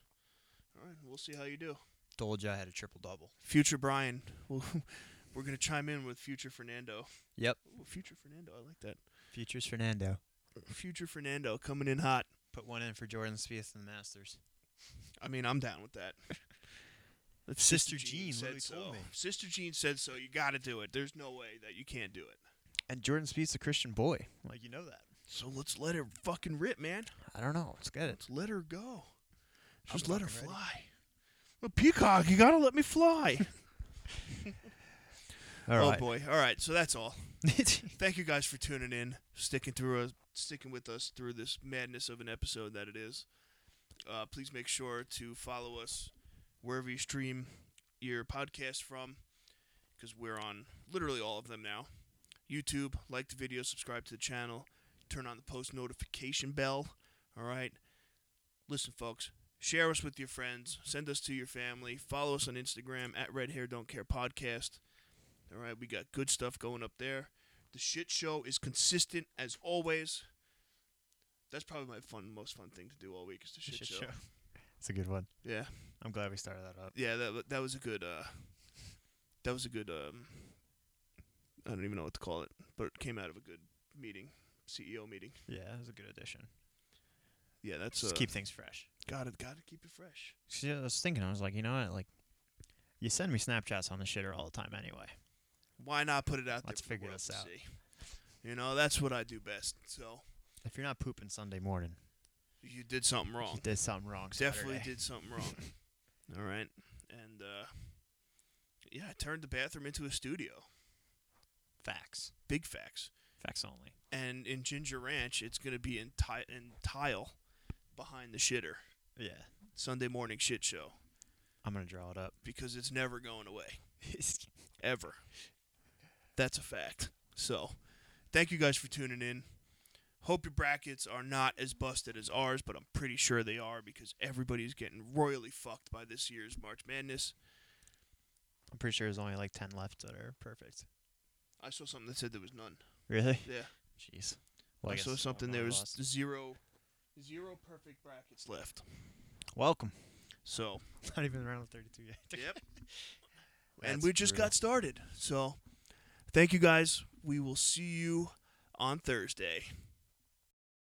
Speaker 1: All right, we'll see how you do.
Speaker 2: Told you I had a triple double.
Speaker 1: Future Brian, we'll, we're gonna chime in with Future Fernando.
Speaker 2: Yep.
Speaker 1: Ooh, Future Fernando, I like that.
Speaker 2: Futures Fernando.
Speaker 1: Future Fernando coming in hot.
Speaker 2: Put one in for Jordan Spieth and the Masters.
Speaker 1: I mean, I'm down with that. If
Speaker 2: Sister Jean
Speaker 1: said
Speaker 2: literally
Speaker 1: so.
Speaker 2: told me.
Speaker 1: Sister Jean said so. You got to do it. There's no way that you can't do it.
Speaker 2: And Jordan Spieth's a Christian boy. Like, you know that.
Speaker 1: So let's let her fucking rip, man.
Speaker 2: I don't know. Let's get it.
Speaker 1: Let's let her go.
Speaker 2: I'm
Speaker 1: Just let her
Speaker 2: fucking ready.
Speaker 1: fly. Well, Peacock, you gotta let me fly.
Speaker 2: All
Speaker 1: oh
Speaker 2: right.
Speaker 1: boy. All right. So that's all. Thank you guys for tuning in, sticking through us, sticking with us through this madness of an episode that it is. Uh, please make sure to follow us wherever you stream your podcast from, because we're on literally all of them now. YouTube, like the video, subscribe to the channel, turn on the post notification bell. All right. Listen, folks, share us with your friends, send us to your family, follow us on Instagram at Red Hair Don't Care Podcast. All right, we got good stuff going up there. The shit show is consistent as always. That's probably my fun, most fun thing to do all week is the shit, show.
Speaker 2: It's a good one.
Speaker 1: Yeah,
Speaker 2: I'm glad we started that up.
Speaker 1: yeah, that wa- that was a good, uh, that was a good. Um, I don't even know what to call it, but it came out of a good meeting, CEO meeting.
Speaker 2: Yeah, that was a good addition.
Speaker 1: Yeah, that's
Speaker 2: Just
Speaker 1: uh,
Speaker 2: keep things fresh.
Speaker 1: gotta gotta keep it fresh.
Speaker 2: 'Cause, yeah, I was thinking, I was like, you know what? Like, you send me Snapchats on the shitter all the time anyway.
Speaker 1: Why not put it out
Speaker 2: Let's
Speaker 1: there? for the
Speaker 2: figure
Speaker 1: world
Speaker 2: this
Speaker 1: to
Speaker 2: out.
Speaker 1: see? You know, that's what I do best. So
Speaker 2: If you're not pooping Sunday morning,
Speaker 1: you did something wrong.
Speaker 2: you did something wrong.
Speaker 1: definitely
Speaker 2: Saturday.
Speaker 1: did something wrong. All right, and uh, yeah, I turned the bathroom into a studio.
Speaker 2: Facts.
Speaker 1: Big facts.
Speaker 2: Facts only.
Speaker 1: And in Ginger Ranch, it's gonna be in, ti- in tile behind the shitter
Speaker 2: Yeah.
Speaker 1: Sunday morning shit show
Speaker 2: I'm gonna draw it up.
Speaker 1: because it's never going away ever. That's a fact. So, thank you guys for tuning in. Hope your brackets are not as busted as ours, but I'm pretty sure they are because everybody's getting royally fucked by this year's March Madness.
Speaker 2: I'm pretty sure there's only like ten left that are perfect.
Speaker 1: I saw something that said there was none.
Speaker 2: Really?
Speaker 1: Yeah.
Speaker 2: Jeez.
Speaker 1: I, saw
Speaker 2: guess
Speaker 1: something
Speaker 2: I'm
Speaker 1: there
Speaker 2: not
Speaker 1: was
Speaker 2: lost.
Speaker 1: zero, zero perfect brackets left.
Speaker 2: Welcome.
Speaker 1: So
Speaker 2: Not even around 32 yet.
Speaker 1: yep, and
Speaker 2: That's
Speaker 1: we just
Speaker 2: brutal.
Speaker 1: got started. So thank you guys. We will see you on Thursday.